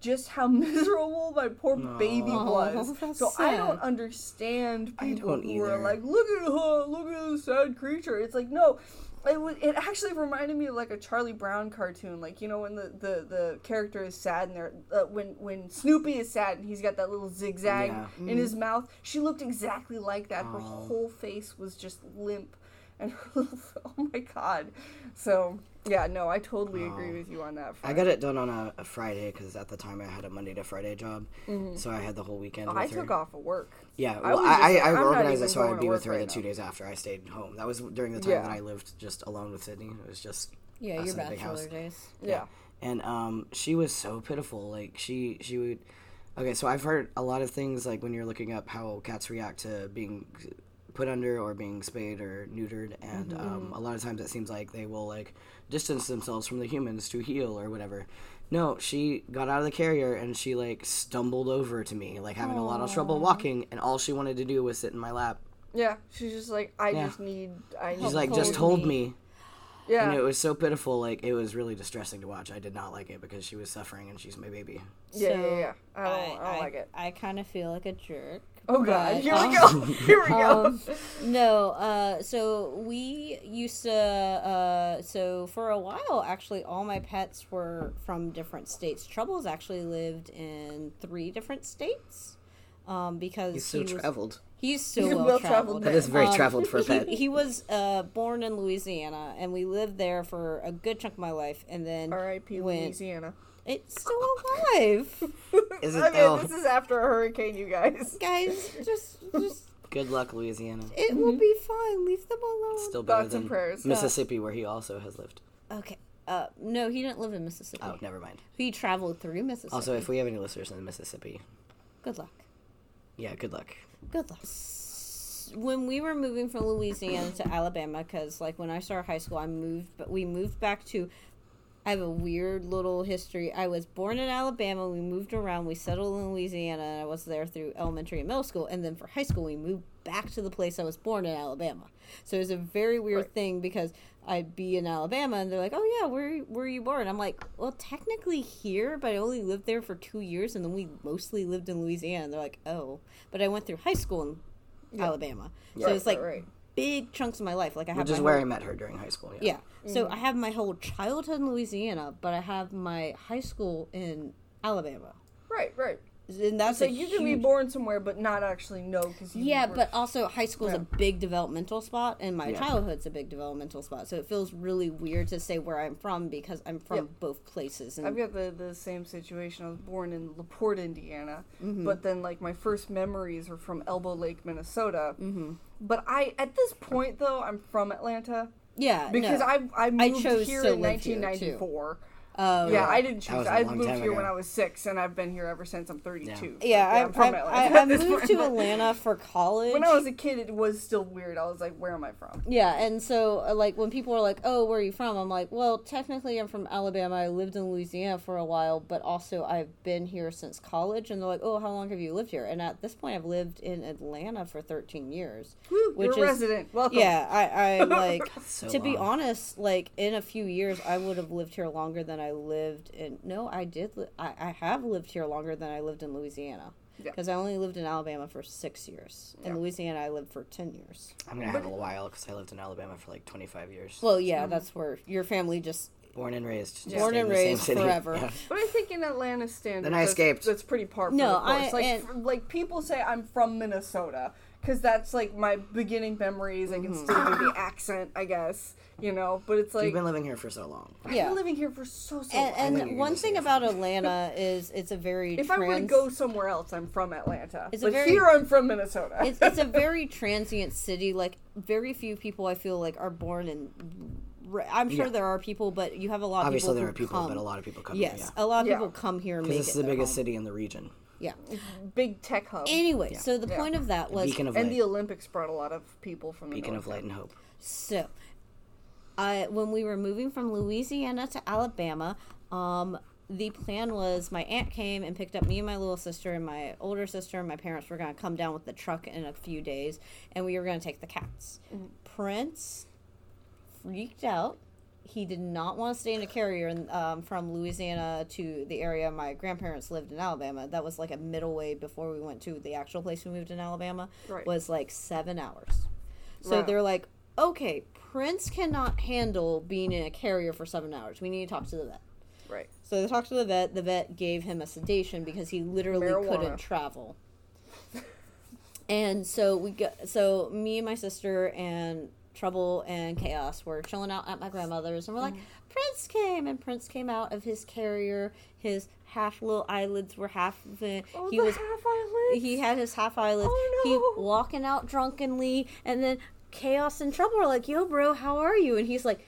just how (laughs) miserable my poor baby
Aw,
was.
that's
So I don't
sad.
understand people
don't
who are
either.
like, look at her, look at this sad creature. It's like, no. It, wa- it actually reminded me of like a Charlie Brown cartoon, like you know when the, the, the character is sad and they're uh, when when Snoopy is sad and he's got that little zigzag
Yeah.
in his mouth. She looked exactly like that.
Aw.
Her whole face was just limp, and (laughs) her little, oh my god. So yeah, no, I totally agree with you on that.
Oh. I
Front.
got it done on a, a Friday because at the time I had a Monday to Friday job, so I had the whole weekend.
Mm-hmm. Oh, I
with her.
took off of work.
Yeah,
I
well,
was
I,
just
I,
like,
I
I'm not
organized
even
it so
going
I'd
to
be with
work
her
right
the two
now.
days after I stayed home. That was during the time
Yeah.
that I lived just alone with Sydney. It was just
yeah,
us
your
in a big house.
bachelor days.
Yeah.
and um, she was so pitiful. Like she she would. Okay, so I've heard a lot of things like when you're looking up how cats react to being put under or being spayed or neutered, and um, a lot of times it seems like they will like distance themselves from the humans to heal or whatever. No, she got out of the carrier and she like stumbled over to me, like having a lot of trouble walking, and all she wanted to do was sit in my lap.
Yeah, she's just like I
Yeah.
just need. I need.
She's like, just
Hold
hold me.
yeah,
And it was so pitiful, like it was really distressing to watch. I did not like it because she was suffering and she's my baby.
yeah, yeah,
So,
yeah, yeah. I don't, I, don't like it.
I kind of feel like a jerk.
Oh god,
but,
here
um,
we go. (laughs) Here
(laughs)
we go. (laughs)
um, no, uh, so we used to, uh, so for a while, actually, all my pets were from different states. Troubles actually lived in three different states um, because
He's so
he was-
traveled.
He's so
You're
well,
well-traveled
traveled.
man.
That is very
Um,
traveled for
(laughs)
a pet.
He was uh, born in Louisiana, and we lived there for a good chunk of my life, and then
R.I.P.
went.
Louisiana.
It's still alive,
Is it oh,
Okay,
though?
this is after a hurricane, you guys. (laughs)
guys. Just, just
Good luck, Louisiana.
it will be fine. Leave them alone.
Still better
Thoughts and
than
prayers.
Mississippi, where he also has lived.
Okay. Uh, no, he didn't live in Mississippi.
Oh, never mind.
He traveled through Mississippi.
Also, if we have any listeners in Mississippi,
good luck.
yeah, good luck.
Good luck. S- When we were moving from Louisiana to Alabama, because like when I started high school, I moved, but we moved back to. I have a weird little history. I was born in Alabama. We moved around. We settled in Louisiana, and I was there through elementary and middle school. And then for high school, we moved back to the place I was born in Alabama. So it was a very weird thing because I'd be in Alabama, and they're like, "Oh yeah, where where you born?" I'm like, "Well, technically here, but I only lived there for two years, and then we mostly lived in Louisiana." And they're like, "Oh, but I went through high school in Alabama, so it's
Right,
like
right.
big chunks of my life. Like I have
Which
my
is
whole-
where I met her during high school.
yeah. So
Mm.
I have my whole childhood in Louisiana, but I have my high school in Alabama.
Right, right.
And that's
So
a
you can be
huge-
born somewhere, but not actually know because you
Yeah,
were-
but also high school is a big developmental spot, and my
Yeah.
childhood's a big developmental spot. So it feels really weird to say where I'm from because I'm from
Yep.
both places. And
I've got the, the same situation. I was born in LaPorte, Indiana,
Mm-hmm.
but then like my first memories are from Elbow Lake, Minnesota. Mm-hmm. But I at this point though I'm from Atlanta
yeah,
because
no.
I I moved
chose
here
to
in
live here, too.
1994.
Um,
yeah, I didn't choose.
was a
I
long
moved
time
here when
ago.
I was six, and I've been here ever since. I'm 32.
Yeah.
so,
yeah,
I'm
I've
from
I,
Atlanta.
I, I
at (laughs) this
moved
point,
to
but
Atlanta for college.
When I was a kid, it was still weird. I was like, "Where am I from?"
yeah, and so uh, like when people are like, "Oh, where are you from?" I'm like, "Well, technically, I'm from Alabama. I lived in Louisiana for a while, but also I've been here since college." And they're like, "Oh, how long have you lived here?" And at this point, I've lived in Atlanta for 13 years,
Woo,
which
You're a
is
resident. Welcome.
yeah i
(laughs)
i like
So
to be
long.
honest like in a few years i would have lived here longer than i lived in no i did li- I, I have lived here longer than i lived in louisiana
Yeah.
because i only lived in alabama for six years in louisiana i lived for 10 years
I'm gonna have a while because I lived in Alabama for like 25 years.
well yeah that's where your family just
born and raised. just
born
stayed
and
in the same
raised
city.
forever
Yeah.
But I think in Atlanta standards,
Then I
that's-
escaped.
That's, pretty par for
No,
the course.
I-
like,
and-
f- like people say, I'm from Minnesota because that's like my beginning memories. I can still do the accent, I guess, you know. But it's like
Mm-hmm. You've been living here for so long.
I've
yeah
been living here for so so. long.
and,
think
and
you're
one
gonna say
thing
it.
about atlanta is it's a very
if I were to
trans-
go somewhere else, I'm from Atlanta.
It's a
but
very-
here I'm from Minnesota.
(laughs) it's, it's a very transient city. Like very few people, I feel like, are born in. re- I'm sure
Yeah.
there are people, but you have a lot. of
Obviously,
people
there
who
are people,
come.
but a lot of people come
Yes,
here.
a lot of
Yeah.
people come here. and
Because
Make
this
it
is the
their
biggest
home.
city in the region.
Yeah.
(laughs) Big tech hub.
Anyway, so the
Yeah.
point of that was
Beacon of
and
light.
the Olympics brought a lot of people from the
Beacon
north.
of light and hope.
So, I when we were moving from Louisiana to Alabama, um, the plan was my aunt came and picked up me and my little sister and my older sister and my parents were going to come down with the truck in a few days, and we were going to take the cats. Prince freaked out. He did not want to stay in a carrier and, um, from Louisiana to the area my grandparents lived in Alabama. That was like a middle way before we went to the actual place we moved in Alabama.
Right.
Was like seven hours. So
Right.
they're like, okay, Prince cannot handle being in a carrier for seven hours. We need to talk to the vet.
Right.
So they talked to the vet. The vet gave him a sedation because he literally
Marijuana.
couldn't
(laughs)
travel. and so we got so me and my sister and Trouble and Chaos were chilling out at my grandmother's, and we're
Mm.
like, Prince came, and Prince came out of his carrier. His half little eyelids were half. The,
Oh,
he
the
was
half island.
he had his half eyelids.
Oh,
He
no.
walking out drunkenly, and then chaos and trouble are like, "Yo, bro, how are you?" And he's like,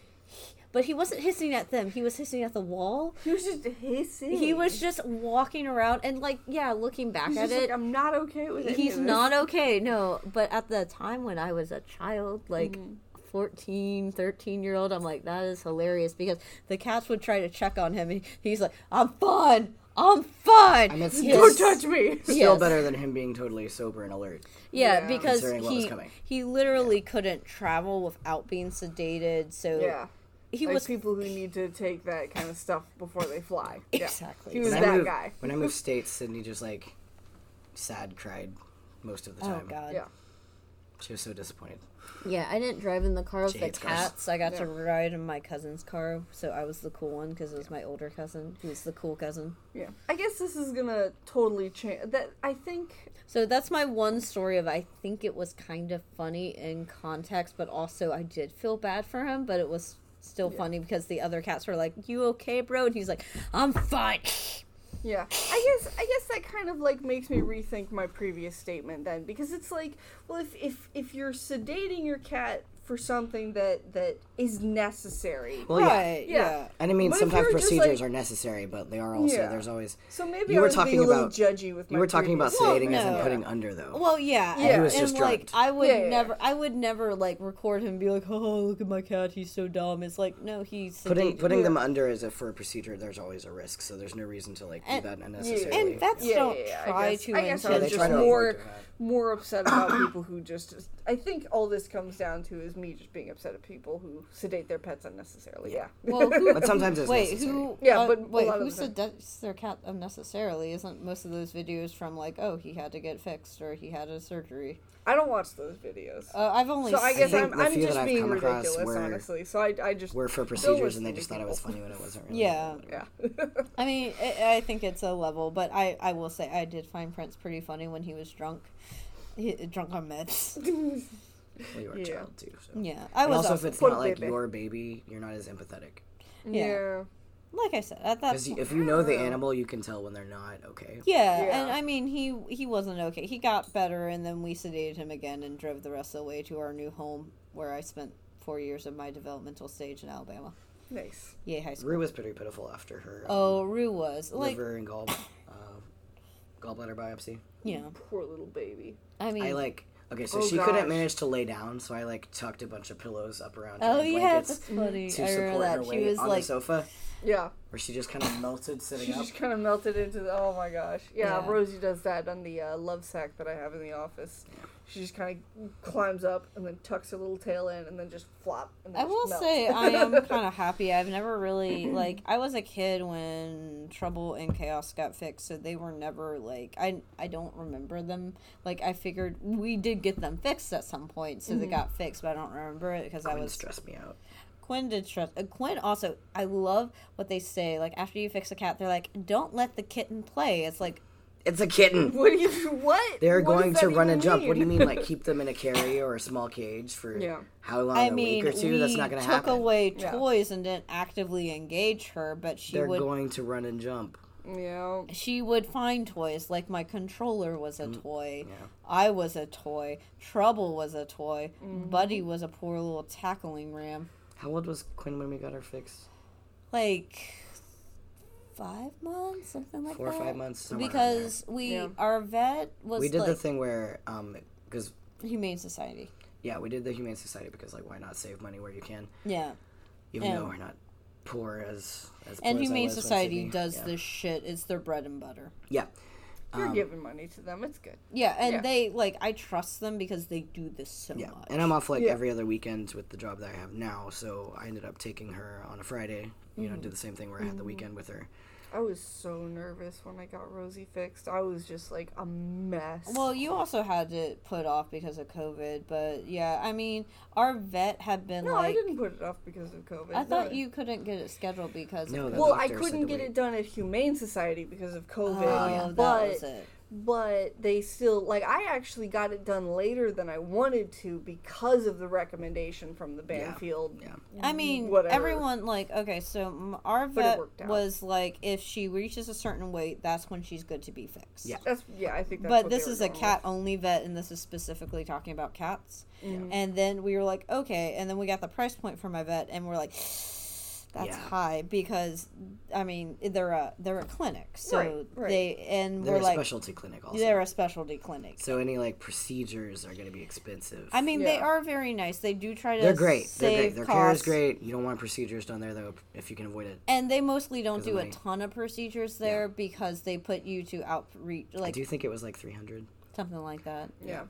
but he wasn't hissing at them. He was hissing at the wall.
He was just hissing.
He was just walking around and like, yeah, looking back
Hmm. He's
at
just
it.
like, I'm not okay with it.
He's not okay, no. But at the time when I was a child, like
Hmm.
fourteen, thirteen 14, 13 year old, I'm like, that is hilarious because the cats would try to check on him and he's like, I'm fine. I'm fine.
I mean, it's
Yes.
Don't
(laughs)
touch me.
Still
Yes.
better than him being totally sober and alert.
Yeah,
Yeah.
because
Considering what was
he
coming.
he literally couldn't travel without being sedated. So
Yeah.
he
like
was
people who need to take that kind of stuff before they fly. Yeah.
Exactly.
He was
When I
that
moved-
guy.
When I
(laughs)
moved states, Sydney just like sad cried most of the
oh
time.
god.
Yeah.
Yeah.
She was so disappointed.
I didn't drive in the car with
She
the
hates cars.
cats. I got
Yeah.
to ride in my cousin's car, so I was the cool one because it was my older cousin who's the cool cousin.
Yeah. I guess this is gonna totally change that I think
So that's my one story of I think it was kind of funny in context, but also I did feel bad for him, but it was still funny because the other cats were like, "You okay, bro?" and he's like, "I'm fine."
yeah. I guess I guess that kind of like makes me rethink my previous statement then because it's like, well if if, if you're sedating your cat for something that that is necessary.
Well, Oh, yeah.
yeah.
And I mean,
But if
sometimes
you're just,
procedures
like-
are necessary, but they are also
Yeah.
there's always.
So maybe
You
I
were
was
talking
being a little
about-
judging with my
You were talking about
previous-
Well,
sedating us and
no.
putting under though.
Well, yeah,
Yeah. He was
and
just
like
drugged.
I would
Yeah, yeah, yeah.
never, I would never like record him and be like, "Oh, look at my cat, he's so dumb." It's like, no, he's
putting
sedated.
putting them under is a for a procedure. There's always a risk, so there's no reason to like do
And-
that unnecessarily.
and vets
yeah,
don't
yeah, yeah, I
try
guess-
to
Yeah,
I guess I
intentionally-
they
was
try
just
to
more
avoid doing that.
more upset about people who just. I think all this comes down to is me just being upset at people who sedate their pets unnecessarily. Yeah. (laughs)
Well, who,
But sometimes it's
wait,
necessary.
who?
Yeah,
uh,
but a
wait,
lot
who
of the time-
seducts their cat unnecessarily? Isn't most of those videos from like, oh, he had to get fixed or he had a surgery?
I don't watch those videos.
Uh, I've only
so I
seen-
guess
think
I'm,
the
I'm
few
just
that I've
being
come across
ridiculous,
were-
honestly. So I, I just
were for
don't
procedures,
listen
and they
to
just thought it
people.
was funny when it wasn't. Really
Yeah.
Yeah. (laughs)
I mean, I, I think it's a level, but I, I will say I did find Prince pretty funny when he was drunk, he, drunk on
(laughs)
meds.
Well, you were a
Yeah.
child too. So.
Yeah, I
And
was
also,
also-
if it's
Poor
not like
baby.
your baby, you're not as empathetic.
Yeah. like I said at that
Because
point.
if you know the animal, you can tell when they're not okay.
Yeah,
Yeah.
and I mean he he wasn't okay. He got better, and then we sedated him again and drove the rest of the way to our new home, where I spent four years of my developmental stage in Alabama.
Nice.
Yay, high school.
Rue was pretty pitiful after her
Oh, Rue was
um,
like,
liver and gall uh, gallbladder biopsy.
yeah.
Poor little baby.
I mean,
I like okay, so
Oh,
she
gosh.
couldn't manage to lay down, so I like tucked a bunch of pillows up around
(laughs)
her
oh
and
yeah,
blankets
that's funny.
to
I remember
support her
that she
weight
was
on
like,
the sofa,
Yeah.
where she just kind
(laughs)
of melted sitting
She
up.
just kind of melted into the. Oh my gosh. Yeah,
Yeah.
Rosie does that on the uh, love sack that I have in the office. She just kind of climbs up and then tucks her little tail in and then just flop. And then
I
just
will
melt.
say I
(laughs)
am kind of happy. I've never really like I was a kid when Trouble and Chaos got fixed, so they were never like I I don't remember them. Like I figured we did get them fixed at some point, so
Mm-hmm.
they got fixed, but I don't remember it because I
Quinn
was
stressed me out.
Quinn did stress. Uh, Quinn also I love what they say. Like after you fix a cat, they're like, "Don't let the kitten play." It's like
It's a
(laughs)
kitten.
(laughs) What do you? What?
They're
What does
going
that
to run
even
and jump. What do you mean, like
mean?
keep them in a carrier or a small cage for
Yeah.
how long?
I
a
mean,
week or two.
we
That's not going
took
to happen.
away
Yeah.
toys and didn't actively engage her, but she
They're
would
going to run and jump.
yeah.
she would find toys like my controller was
Mm,
a toy i was a toy trouble was a toy
Mm-hmm.
buddy was a poor little tackling ram
How old was Quinn when we got her fixed?
like five months something like
Four or
that
five months. somewhere around there.
because we
Yeah.
our vet was
we did
like
the thing where, um, because
humane society
yeah, we did the Humane Society because like why not save money where you can,
yeah
even
Yeah.
though we're not poor as as poor
and
as I
humane
was when
society
Sydney-
does
yeah.
this shit it's their bread and butter
Yeah,
You're
Um,
giving money to them. It's good.
yeah and
Yeah.
they like i trust them because they do this so
yeah,
much
and I'm off like
Yeah.
every other weekend with the job that I have now, so I ended up taking her on a Friday. You
Mm-hmm.
know, did the same thing where I had the weekend with her.
I was so nervous when I got Rosie fixed. I was just like a mess.
Well, you also had to put off because of COVID, but yeah, I mean, our vet had been
no,
like,
I didn't put it off because of COVID.
I thought
No.
you couldn't get it scheduled because
No,
of
the
COVID.
Well, I
doctor said
couldn't
to
get
wait.
it done at Humane Society because of COVID.
oh, yeah, that
but
was it.
but they still like I actually got it done later than I wanted to because of the recommendation from the
Yeah,
Banfield.
yeah.
I mean,
whatever.
everyone like okay, so m- our
But it
vet
worked out.
was like, if she reaches a certain weight, that's when she's good to be fixed.
Yeah.
That's yeah, I think that's
But
what they
this
were
is a
going
cat only vet, and this is specifically talking about cats. And then we were like, okay, and then we got the price point for my vet, and we're like, that's
Yeah.
high because, I mean, they're a they're a clinic, so
Right, right.
they and
They're
we're
a
like
specialty clinic also.
they're a specialty clinic.
so any like procedures are going to be expensive.
I mean, they
Yeah.
are very nice. They do try to
they're great. They're
save
great. Their care is
costs.
great. You don't want procedures done there though if you can avoid it.
And they mostly don't
Because of
do a
money.
ton of procedures there because they put you to outreach,
I
like
do think it was like 300,
something like that.
with. Yeah.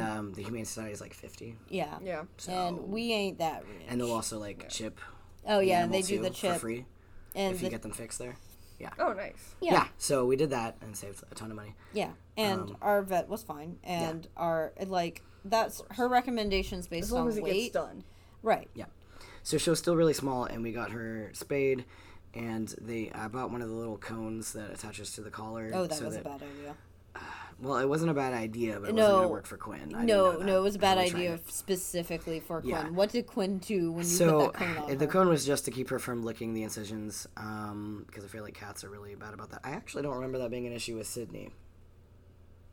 And-
um, the Humane Society is like 50.
Yeah.
Yeah.
And
So-
we ain't that rich.
And they'll also like chip.
oh
the
yeah, and they
animal,
do the
too,
chip
for free
and
if you
the
get them fixed there.
Oh nice.
Yeah.
Yeah. So we did that and saved a ton of money.
Yeah, and
um,
our vet was fine, and our like that's her recommendations based
As long
on
as it
weight,
gets done.
right?
Yeah. So she was still really small, and we got her spayed. And they, I bought one of the little cones that attaches to the collar.
Oh, that
so
was a bad idea.
Well, it wasn't a bad idea, but it wasn't
No.
gonna work for Quinn. I didn't know
No,
that
no, it was a
until
bad
we tried
idea
it.
specifically for Quinn.
Yeah.
What did Quinn do when you
So
put that cone on
(sighs) the
her?
cone was just to keep her from licking the incisions, because I feel like cats are really bad about that. I actually don't remember that being an issue with Sydney.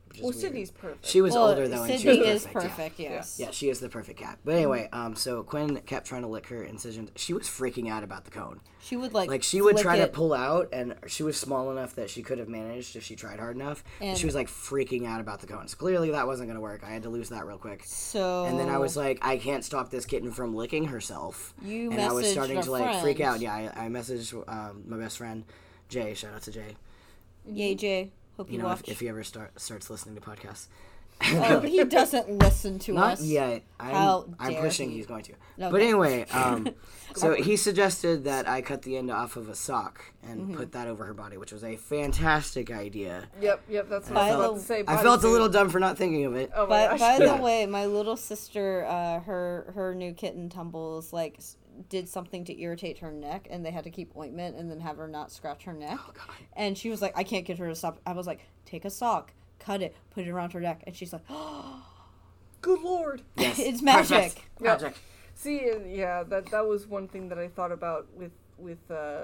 which is
Well
weird.
Sydney's perfect.
She was
Well,
older though, and she
Sydney
was
is
perfect, yeah.
perfect. Yes.
Yeah, she is the perfect cat. But anyway, um, so Quinn kept trying to lick her incisions. She was freaking out about the cone.
She would like
Like she would
flick
try to
it.
pull out, and she was small enough that she could have managed if she tried hard enough. And
And-
she was like freaking out about the cone. So clearly that wasn't gonna work. I had to lose that real quick.
So
And then I was like, I can't stop this kitten from licking herself.
Oh. You
and I was
messaged
starting
a
to like freak
friend.
out. Yeah, I, I messaged um, my best friend, Jay. Shout out to Jay.
"Yay, Jay, hope you,
You know,
watch."
if, if he ever start, starts listening to podcasts. (laughs)
oh, he doesn't listen to
Not
us.
yet. I'm,
How
I'm
dare
pushing.
he.
He's going to. But
Okay.
anyway,
(laughs)
um, so he suggested that I cut the end off of a sock and
Mm-hmm.
put that over her body, which was a fantastic idea.
Yep, yep, that's what
By
I was about
the-
to say.
I felt a
bodysuit.
little dumb for not thinking of it.
Oh my
But
gosh.
by
Yeah.
the way, my little sister, uh, her her new kitten tumbles like s- did something to irritate her neck, and they had to keep ointment and then have her not scratch her neck.
Oh,
and she was like, "I can't get her to stop." I was like, "Take a sock, cut it, put it around her neck," and she's like,
(laughs)
(gasps)
Good lord.
(laughs)
Yes.
"It's magic."
Perfect.
Yep.
Magic.
See, and yeah, that that was one thing that I thought about with with uh,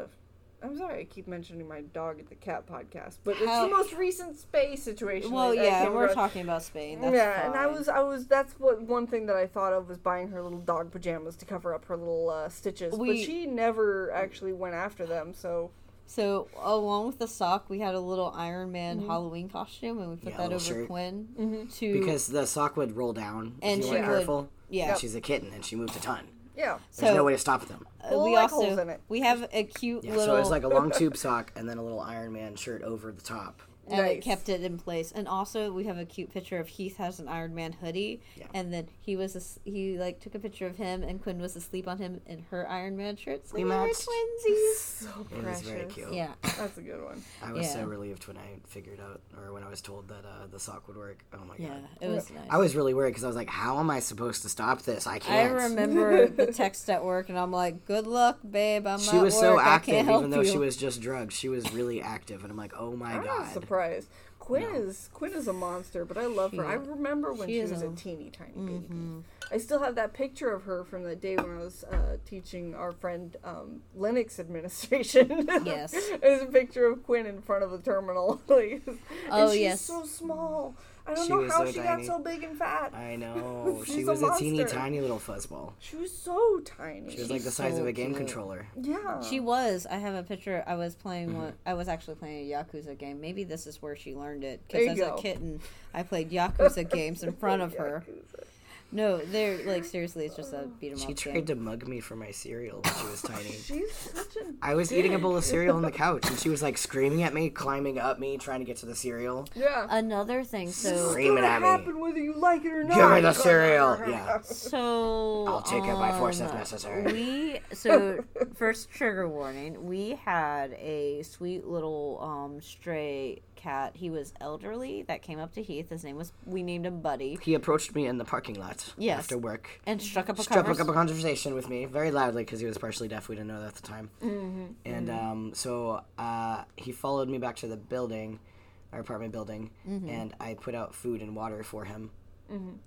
I'm sorry I keep mentioning my dog at the cat podcast, but it's
How-
the most recent space situation.
Well,
that I
yeah,
came
we're
across.
talking about Spain. That's
yeah, and I
fine.
was, I was. That's what one thing that I thought of was buying her little dog pajamas to cover up her little uh, stitches.
We-
but she never actually went after them. So
So along with the sock, we had a little Iron Man
Mm-hmm.
Halloween costume, and we put
Yeah,
that
little
over
shirt.
Quinn to
because the sock would roll down
Mm. And
if you
she
weren't
would-
careful.
yeah.
And she's a kitten and she moved a ton.
yeah,
There's
So-
no way to stop them.
uh,
Well,
we
like
also
holes in it.
we have a cute
Yeah,
little
so it was like a
(laughs)
long tube sock and then a little Iron Man shirt over the top.
and it
Nice.
kept it in place. And also, we have a cute picture of Heath has an Iron Man hoodie,
Yeah.
and then he was as- he like took a picture of him, and Quinn was asleep on him in her Iron Man shirt. So
We
we were
matched.
twinsies.
so
It
precious.
was very cute. (laughs)
Yeah,
That's a good one.
I was so
Yeah.
relieved when I figured out or when I was told that uh, the sock would work. Oh my
yeah,
god.
it was nice.
I was really worried because I was like, "How am I supposed to stop this? I
I
can't."
remember the
(laughs)
text at work, and I'm like, "Good luck, babe. I'm
she
at
was
work.
so
I
active,
can't help
even though
you."
she was just drugged. She was really active, and I'm like, "Oh my
I'm not
god!"
surprised. Quinn is Quinn is a monster, but I love her. I remember when
she
she,
is
was a
a- Mm-hmm.
teeny tiny baby. I still have that picture of her from the day when I was uh, teaching our friend um, Linux administration. (laughs)
Yes.
there's a picture of Quinn in front of the terminal. (laughs) like, and
Oh,
she's
yes.
so small. I don't
She
know
was
how
so
she got
tiny.
so big and fat.
(laughs)
I know she
She's
was
a
a, teeny
monster.
tiny little fuzzball.
She was so tiny.
She was like the
She's
size
so
of a game
cute.
controller.
yeah.
She was. I have a picture. I was playing
Mm-hmm.
one. I was actually playing a Yakuza game. Maybe this is where she learned it.
There
Because
you
as
go.
a kitten, I
(laughs)
played Yakuza games in front of her. No, they're like seriously. It's just
Oh.
a beat 'em
She
up
tried
game.
to mug me for my cereal when she was
Oh,
tiny.
She's such a
I was eating a bowl of cereal on the couch, and she was like screaming at me, climbing up me, trying to get to the cereal.
(laughs)
yeah.
Another thing. So
(laughs)
It's gonna
Screaming at me.
happen whether you like it or not.
Give me the cereal. Yeah,
so
I'll take it by force if
um,
necessary.
We
(laughs)
so first trigger warning. We had a sweet little um stray cat. He was elderly that came up to Heath. His name was we named him Buddy
He approached me in the parking lot
Yes.
after work.
and struck up a
struck
conversation.
up a conversation with me very loudly because he was partially deaf. We didn't know that at the time.
Mm-hmm,
And um, so uh, he followed me back to the building, our apartment building,
Mm-hmm.
and I put out food and water for him.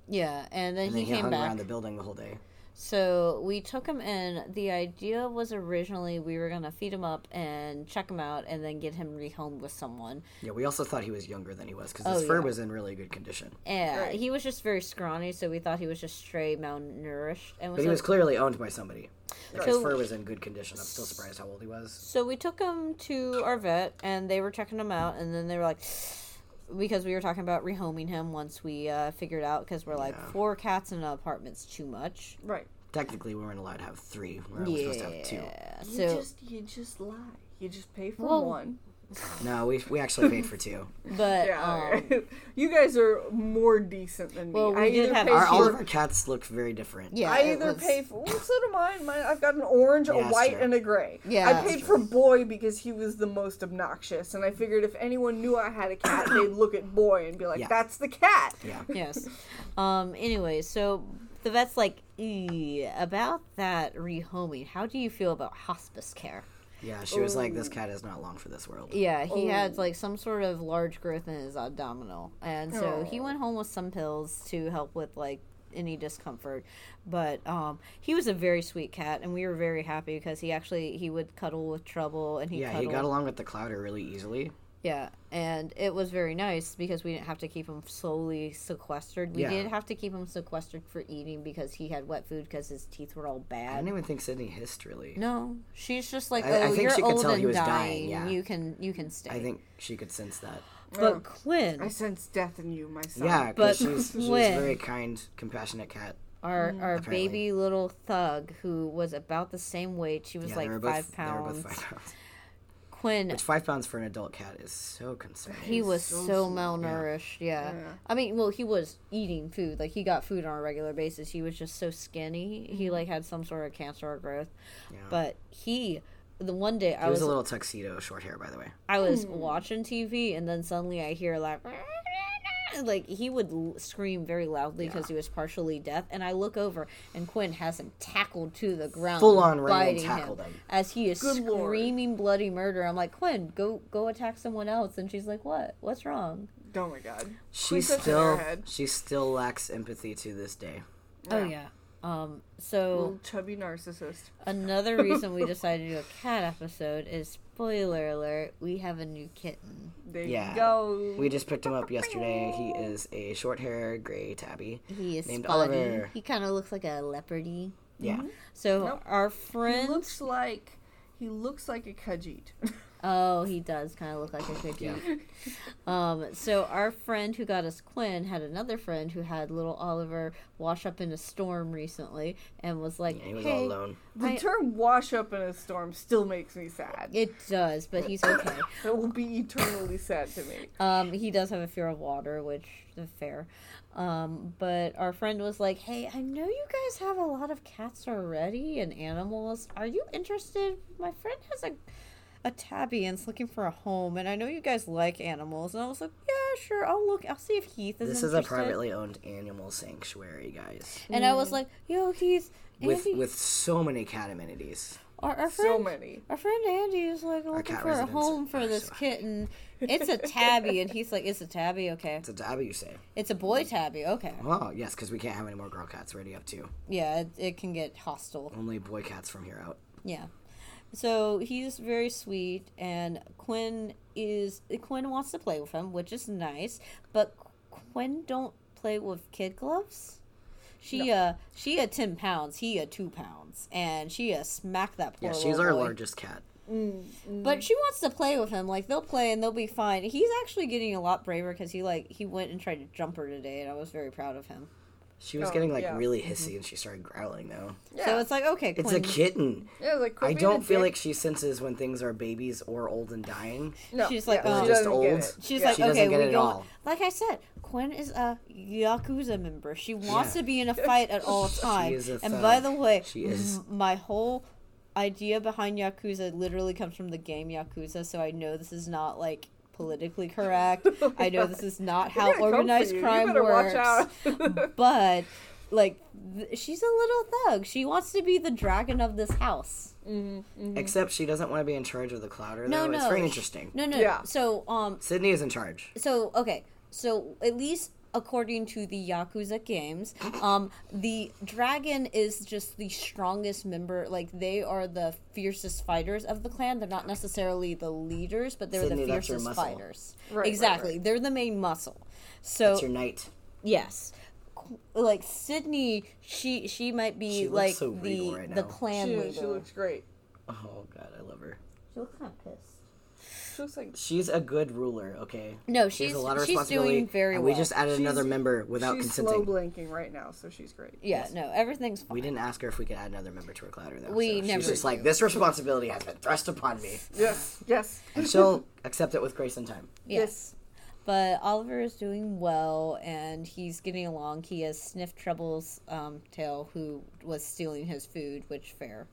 yeah, and then
And
he
then he,
came
hung
back.
around the building the whole day.
So we took him in. The idea was originally we were gonna feed him up and check him out, and then get him rehomed with someone.
Yeah, we also thought he was younger than he was because
Oh,
his fur
yeah.
was in really good condition.
And
Right.
he was just very scrawny, so we thought he was just stray malnourished. And
But he
so-
was clearly owned by somebody. Like his
So-
fur was in good condition. I'm still surprised how old he was.
So we took him to our vet, and they were checking him out, and then they were like, (sighs) because we were talking about rehoming him once we uh, figured out, because we're like
Yeah.
four cats in an apartment's too much.
Right.
Technically, we weren't allowed to have three. We were only supposed to have two.
Yeah,
You
Uh, So
just you just lie. You just pay for
Well-
one.
No, we, we actually paid for
(laughs)
two.
(laughs)
but um,
you guys are more decent than me.
Well, we
I
did
either
have
pay
Our,
Thank
all
you.
for,
of our cats look very different.
yeah,
I
it
either
was-
pay for well, so do mine. Mine I've got an orange,
Yeah,
a
that's
white,
true.
and a gray.
Yeah,
I
that's
paid for boy because he was the most obnoxious, and I figured if anyone knew I had a cat,
(coughs)
they'd look at boy and be like,
Yeah.
"That's the cat."
Yeah.
yes. Um. Anyway, so the vet's like, "Eh, about that rehoming. How do you feel about hospice care?
Yeah, she was like, this cat is not long for this world.
Yeah, he had like some sort of large growth in his abdominal, and so he
Oh.
went home with some pills to help with like any discomfort. But um, he was a very sweet cat, and we were very happy because he actually he would cuddle with Trouble, and he
Yeah, he
cuddled.
got along with the clouder really easily.
Yeah, and it was very nice because we didn't have to keep him solely sequestered. We
Yeah.
did have to keep him sequestered for eating because he had wet food because his teeth were all
I
bad.
didn't even think Sydney hissed really.
No, she's just like, oh,
I- I think
you're
she could
old
tell
and
he was
dying.
dying, yeah.
You can you can stay.
I think she could sense that.
but
Oh.
Quinn,
I sense death in you, my son.
Yeah,
But
because
(laughs)
she's, she's a
when-
very kind, compassionate cat.
our our
Mm, Apparently.
baby little thug who was about the same weight, she was
Yeah,
like
they were both
five
they were
pounds.
both five pounds.
Quinn,
Which five pounds for an adult cat is so concerning.
he was
so
so,
small.
malnourished. Yeah. I mean, well, he was eating food. Like he got food on a regular basis. He was just so skinny. He like had some sort of cancer or growth. But he, the one day I
He
was,
was a little tuxedo, short hair, by the way.
I was watching TV, and then suddenly I hear like. Like he would l- scream very loudly because he was partially deaf, and I look over and Quinn has him tackled to the ground,
Full on ran and
biting
tackled
him
him.
as he is
Good lord.
screaming bloody murder. I'm like, Quinn, go go attack someone else, and she's like, What? What's wrong?
Oh my god.
She
such an
still
airhead.
she still lacks empathy to this day.
Oh yeah. Um, so
Little chubby narcissist.
another reason
(laughs)
we decided to do a cat episode is spoiler alert: we have a new kitten.
There
Yeah.
you go.
We just picked him up yesterday. He is a short hair gray tabby.
He is Mm-hmm.
Named
spotty.
Oliver.
He kind of looks like a leopardy.
Yeah.
So
Nope.
our
he
friend,
looks like he looks like a Khajiit. (laughs)
oh, he does kind of look like a cookie.
Yeah.
Um, so our friend who got us Quinn had another friend who had little Oliver wash up in a storm recently and was like,
Yeah, he was all
"Hey,
alone.
the
I-
term "wash up in a storm" still makes me sad.
it does, but he's okay."
It will be eternally sad to me.
Um, he does have a fear of water, which is fair. Um, but our friend was like, "Hey, I know you guys have a lot of cats already and animals. Are you interested? My friend has a a tabby and's looking for a home, and I know you guys like animals." And I was like, "Yeah, sure. I'll look. I'll see if Heath is."
This is a
interested."
privately owned animal sanctuary, guys.
And I was like, "Yo, Heath,
With
Andy,
with so many cat amenities.
our, our
So
friend."
many.
our friend Andy is like looking
cat
for a
residents
home
are
for this
so- (laughs)
kitten. It's a tabby, and he's like, "It's a tabby, okay?
It's a tabby, you say?
It's a boy tabby, okay."
Oh yes, because we can't have any more girl cats. We're already up to
yeah it, it can get hostile
only boy cats from here out.
yeah so he's very sweet and quinn is quinn wants to play with him which is nice but quinn don't play with kid gloves she uh she a 10 pounds he a 2 pounds and she a smack that poor
Yeah, she's
little
our
boy.
largest cat.
but she wants to play with him like they'll play and they'll be fine he's actually getting a lot braver because he like he went and tried to jump her today and i was very proud of him
She was
Oh,
getting like
yeah.
really
Mm-hmm.
hissy and she started growling though.
Yeah.
so it's like okay
It's
quinn,
a kitten.
yeah, like quit
I
being a
don't feel
dick.
like she senses when things are babies or old and dying.
No,
She's like,
yeah,
um,
she
Just
doesn't "Oh, get
old.
it.
She's
Yeah.
like,
She doesn't
okay,
get
we
it at
don't.
all.
Like I said, Quinn is a yakuza member. She wants
Yeah.
to be in a fight at
(laughs)
all times.
is a
And by
thug.
the way,
She is.
m- my whole idea behind yakuza literally comes from the game Yakuza. So I know this is not like politically correct. I know this is
(laughs)
not
They're
how
gonna come for
organized
you. You
crime
better
works.
watch
(laughs)
out.
but like, th- she's a little thug. She wants to be the dragon of this house.
Except she doesn't want to be in charge of the clouder
Mm-hmm. No,
though.
no,
It's very
sh-
interesting.
No, no.
Yeah.
So um,
Sydney is in charge.
so okay so at least according to the yakuza
(coughs)
games um the dragon is just the strongest member like they are the fiercest fighters of the clan they're not necessarily the leaders but they're
Sydney,
the
that's your
fiercest
muscle.
fighters
Right, right,
exactly
right.
they're the main muscle so
It's your knight.
yes Qu- like sydney she she might be
She looks
like
so
the
regal right
the
now.
clan
She,
leader
she looks great.
Oh god, I love her.
she looks kind of pissed
She looks like
She's a good ruler, okay?
no
She
she's
has a lot of
she's
responsibility.
doing very
and
well
We just added another
She's-
member without
she's slow
consenting.
blinking right now, so she's great.
yeah no everything's fine
We didn't ask her if we could add another member to her clouder though.
We
so
never
She's just like, this responsibility has been thrust upon
(laughs)
me.
Yes, yes.
And she'll accept it with grace and time.
Yes. But Oliver is doing well and he's getting along. He has sniffed Trouble's um, tail, who was stealing his food, which fair.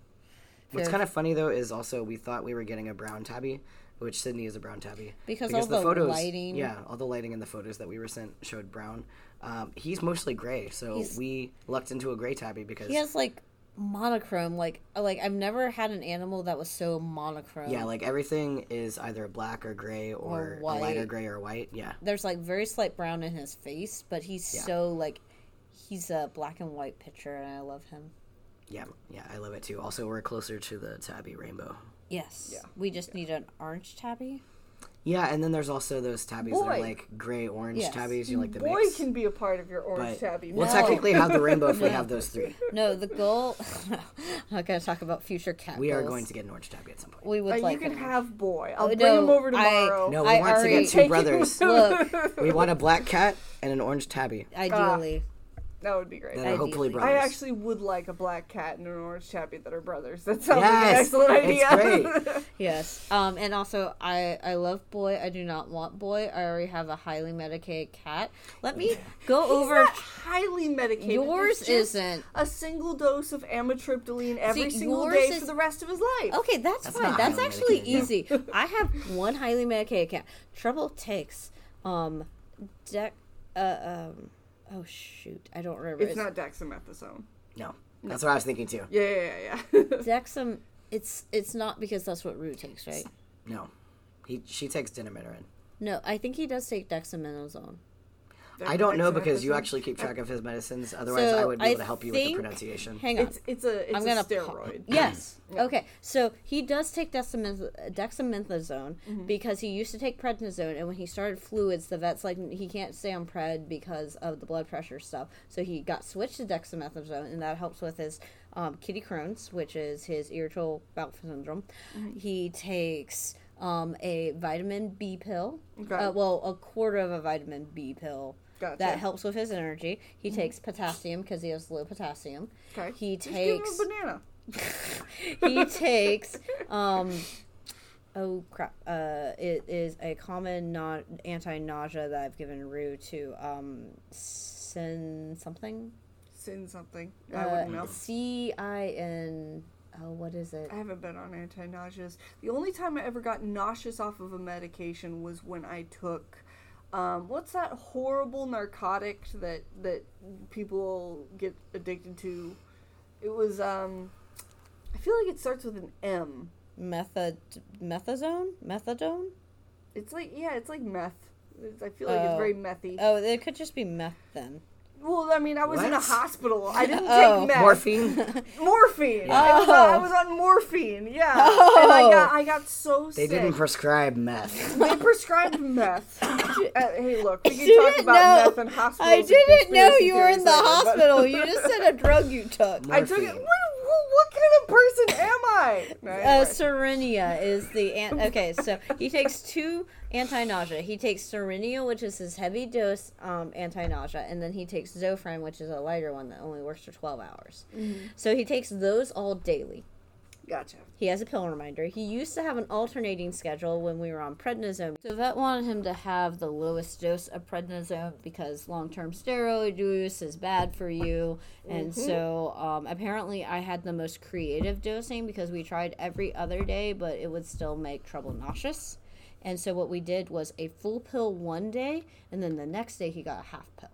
What's
Fair.
kind of funny though is also we thought we were getting a brown tabby, which Sydney is a brown tabby
Because all the lighting-
Yeah, all the lighting in the photos that we were sent showed brown. Um, he's mostly gray, so
He's-
we lucked into a gray tabby because
He has like monochrome, like like I've never had an animal that was so monochrome.
yeah, like everything is either black or gray or,
Or
a lighter
white.
gray or white. Yeah,
There's like very slight brown in his face, but he's so like he's a black and white picture and I love him.
yeah, yeah. I love it too. Also, we're closer to the tabby rainbow.
Yes.
Yeah.
We just need an orange tabby.
Yeah, and then there's also those tabbies that are
Boy.
like gray orange
Yes.
tabbies. You like the
Boy
mix.
can be a part of your
but
orange tabby.
we'll
No.
technically have the
(laughs)
rainbow if we have those three.
No, the goal (laughs) I'm not gonna talk about future cat.
We are
goals.
going to get an orange tabby at some point.
we would
Uh,
like
you can
an
have boy. I'll
Oh,
bring him
no,
over
I-
tomorrow.
No, we
I
want
already-
to get
Take
two (laughs)
him
brothers.
Look,
we want a black cat and an orange tabby
ideally,
That would be great.
that are hopefully
Ideally.
I
brothers.
actually would like a black cat and an orange tabby that are brothers. That sounds like an
Yes,
excellent idea. (laughs)
it's great.
yes. Um, and also, I I love boy. I do not want boy. I already have a highly medicated cat. Let
(laughs)
me go
He's
over.
not highly medicated.
Yours
It's just
isn't.
a single dose of amitriptyline every single
yours
day
is-
for the rest of his life.
Okay, that's, fine.
not
That's
highly
actually easy.
medicated,
I have one highly medicated cat. Trouble takes um, deck. Uh, um, oh shoot, I don't remember.
It's not dexamethasone.
No, that's what I was thinking too.
Yeah, yeah, yeah. (laughs) yeah.
Dexam. It's it's not because that's what Rue takes, right?
No, he she takes dinamitarin.
No, I think he does take dexamethasone.
I don't know because you actually keep track of his medicines. Otherwise, I would be able to help you with the
think-
pronunciation.
Hang on.
It's it's a it's
I'm gonna
a
pa-
steroid.
yes. Okay. So he does take dexameth- dexamethasone because he used to take prednisone, and when he started fluids, the vet's like he can't stay on pred because of the blood pressure stuff. So he got switched to dexamethasone, and that helps with his um, kitty Crohn's, which is his irritable bowel syndrome. He takes. Um, a vitamin B pill.
Okay.
Uh, well, a quarter of a vitamin B pill
Gotcha.
that helps with his energy. He takes potassium because he has low potassium.
Okay.
He
Just give him
takes
a banana.
(laughs) he takes um oh crap uh it is a common na- anti-nausea that i've given rue to um sin something
Sin something. I
Uh,
wouldn't know.
c-i-n oh what is it
I haven't been on anti nauseas. The only time I ever got nauseous off of a medication was when I took. Um, what's that horrible narcotic that that people get addicted to? It was. Um, I feel like it starts with an M.
method methazone methadone
It's like yeah, it's like meth. It's, I feel like it's
Oh.
very methy.
oh it could just be meth then
Well, I mean, I was in a
What?
hospital. I
(laughs)
didn't take
Oh.
meth.
Morphine.
(laughs) Morphine. I, was on, I was on morphine.
(laughs)
Yeah. And I got I got so
They
sick.
didn't prescribe meth.
(laughs) They prescribed
(laughs)
meth. Uh, hey, look, we can talk
didn't
about
know-
meth and hospitals.
i
and
didn't know
conspiracy
you were in
theories
the
later, but-
hospital you just said a drug you took
I took it. What,
Morphine.
what, what kind of person am I? No,
Uh,
anyway.
Serenia is the an- okay. So he takes two anti-nausea. He takes Serenia, which is his heavy dose um, anti-nausea, and then he takes Zofran, which is a lighter one that only works for twelve hours. So he takes those all daily.
gotcha.
He has a pill reminder. He used to have an alternating schedule when we were on prednisone. So vet wanted him to have the lowest dose of prednisone because long-term steroid use is bad for you. And
Mm-hmm.
so um, apparently I had the most creative dosing because we tried every other day, but it would still make trouble nauseous. And so what we did was a full pill one day, and then the next day he got a half pill.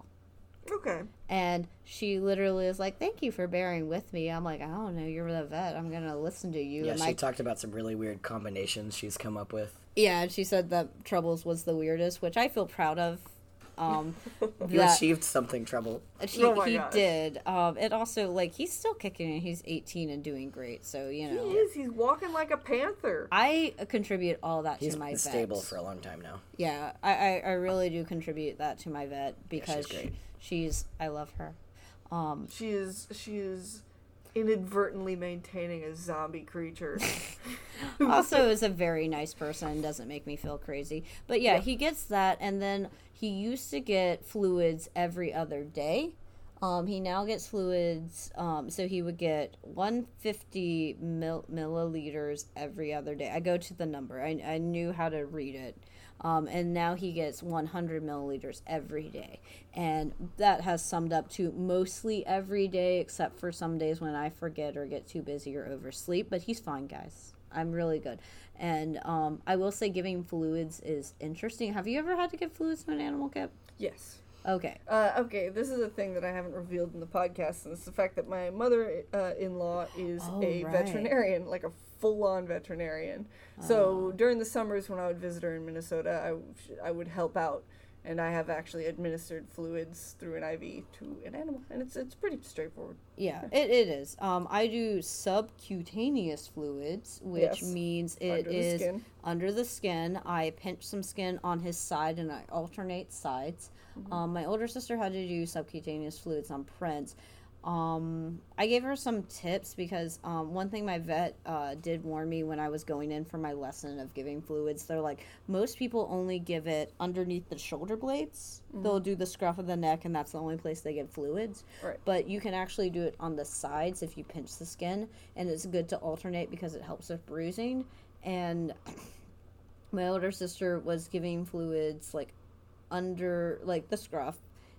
Okay.
And she literally is like, "Thank you for bearing with me." I'm like, "I don't know. You're the vet. I'm gonna listen to you."
Yeah,
and
she
my
talked about some really weird combinations she's come up with.
Yeah, and she said that Troubles was the weirdest, which I feel proud of.
(laughs)
Um,
You
that
achieved something, Trouble.
she,
Oh my
he
gosh.
did. Um, and also, like, he's still kicking and he's 18 and doing great. So, you
He
know,
is. He's walking like a panther.
I contribute all that
He's
to my
been
vet.
stable for a long time now.
Yeah, I, I, I really do contribute that to my vet because
great.
she's, I love her. Um,
She is. She is inadvertently maintaining a zombie
(laughs)
creature.
also is a very nice person doesn't make me feel crazy but yeah, he gets that and then he used to get fluids every other day um, he now gets fluids um, so he would get 150 mil- milliliters every other day i go to the number i, I knew how to read it um, and now he gets 100 milliliters every day and that has summed up to mostly every day except for some days when i forget or get too busy or oversleep but he's fine guys I'm really good. And um, I will say giving fluids is interesting. Have you ever had to give fluids to an animal, Kip?
yes.
Okay.
Uh, okay, this is a thing that I haven't revealed in the podcast, and it's the fact that my mother-in-law is
Oh,
a
right.
veterinarian, like a full-on veterinarian.
Oh.
So during the summers when I would visit her in Minnesota, I, w- I would help out, and I have actually administered fluids through an IV to an animal, and it's it's pretty straightforward. (laughs)
Yeah, it, it is. Um, I do subcutaneous fluids, which
Yes.
means it
Under the
is
skin.
under the skin. I pinch some skin on his side and I alternate sides.
Mm-hmm.
Um, my older sister had to do subcutaneous fluids on Prince. Um, I gave her some tips because um, one thing my vet uh, did warn me when I was going in for my lesson of giving fluids, they're like, most people only give it underneath the shoulder blades. They'll do the scruff of the neck, and that's the only place they get fluids
Right.
but you can actually do it on the sides if you pinch the skin and it's good to alternate because it helps with bruising and my older sister was giving fluids like under like the scruff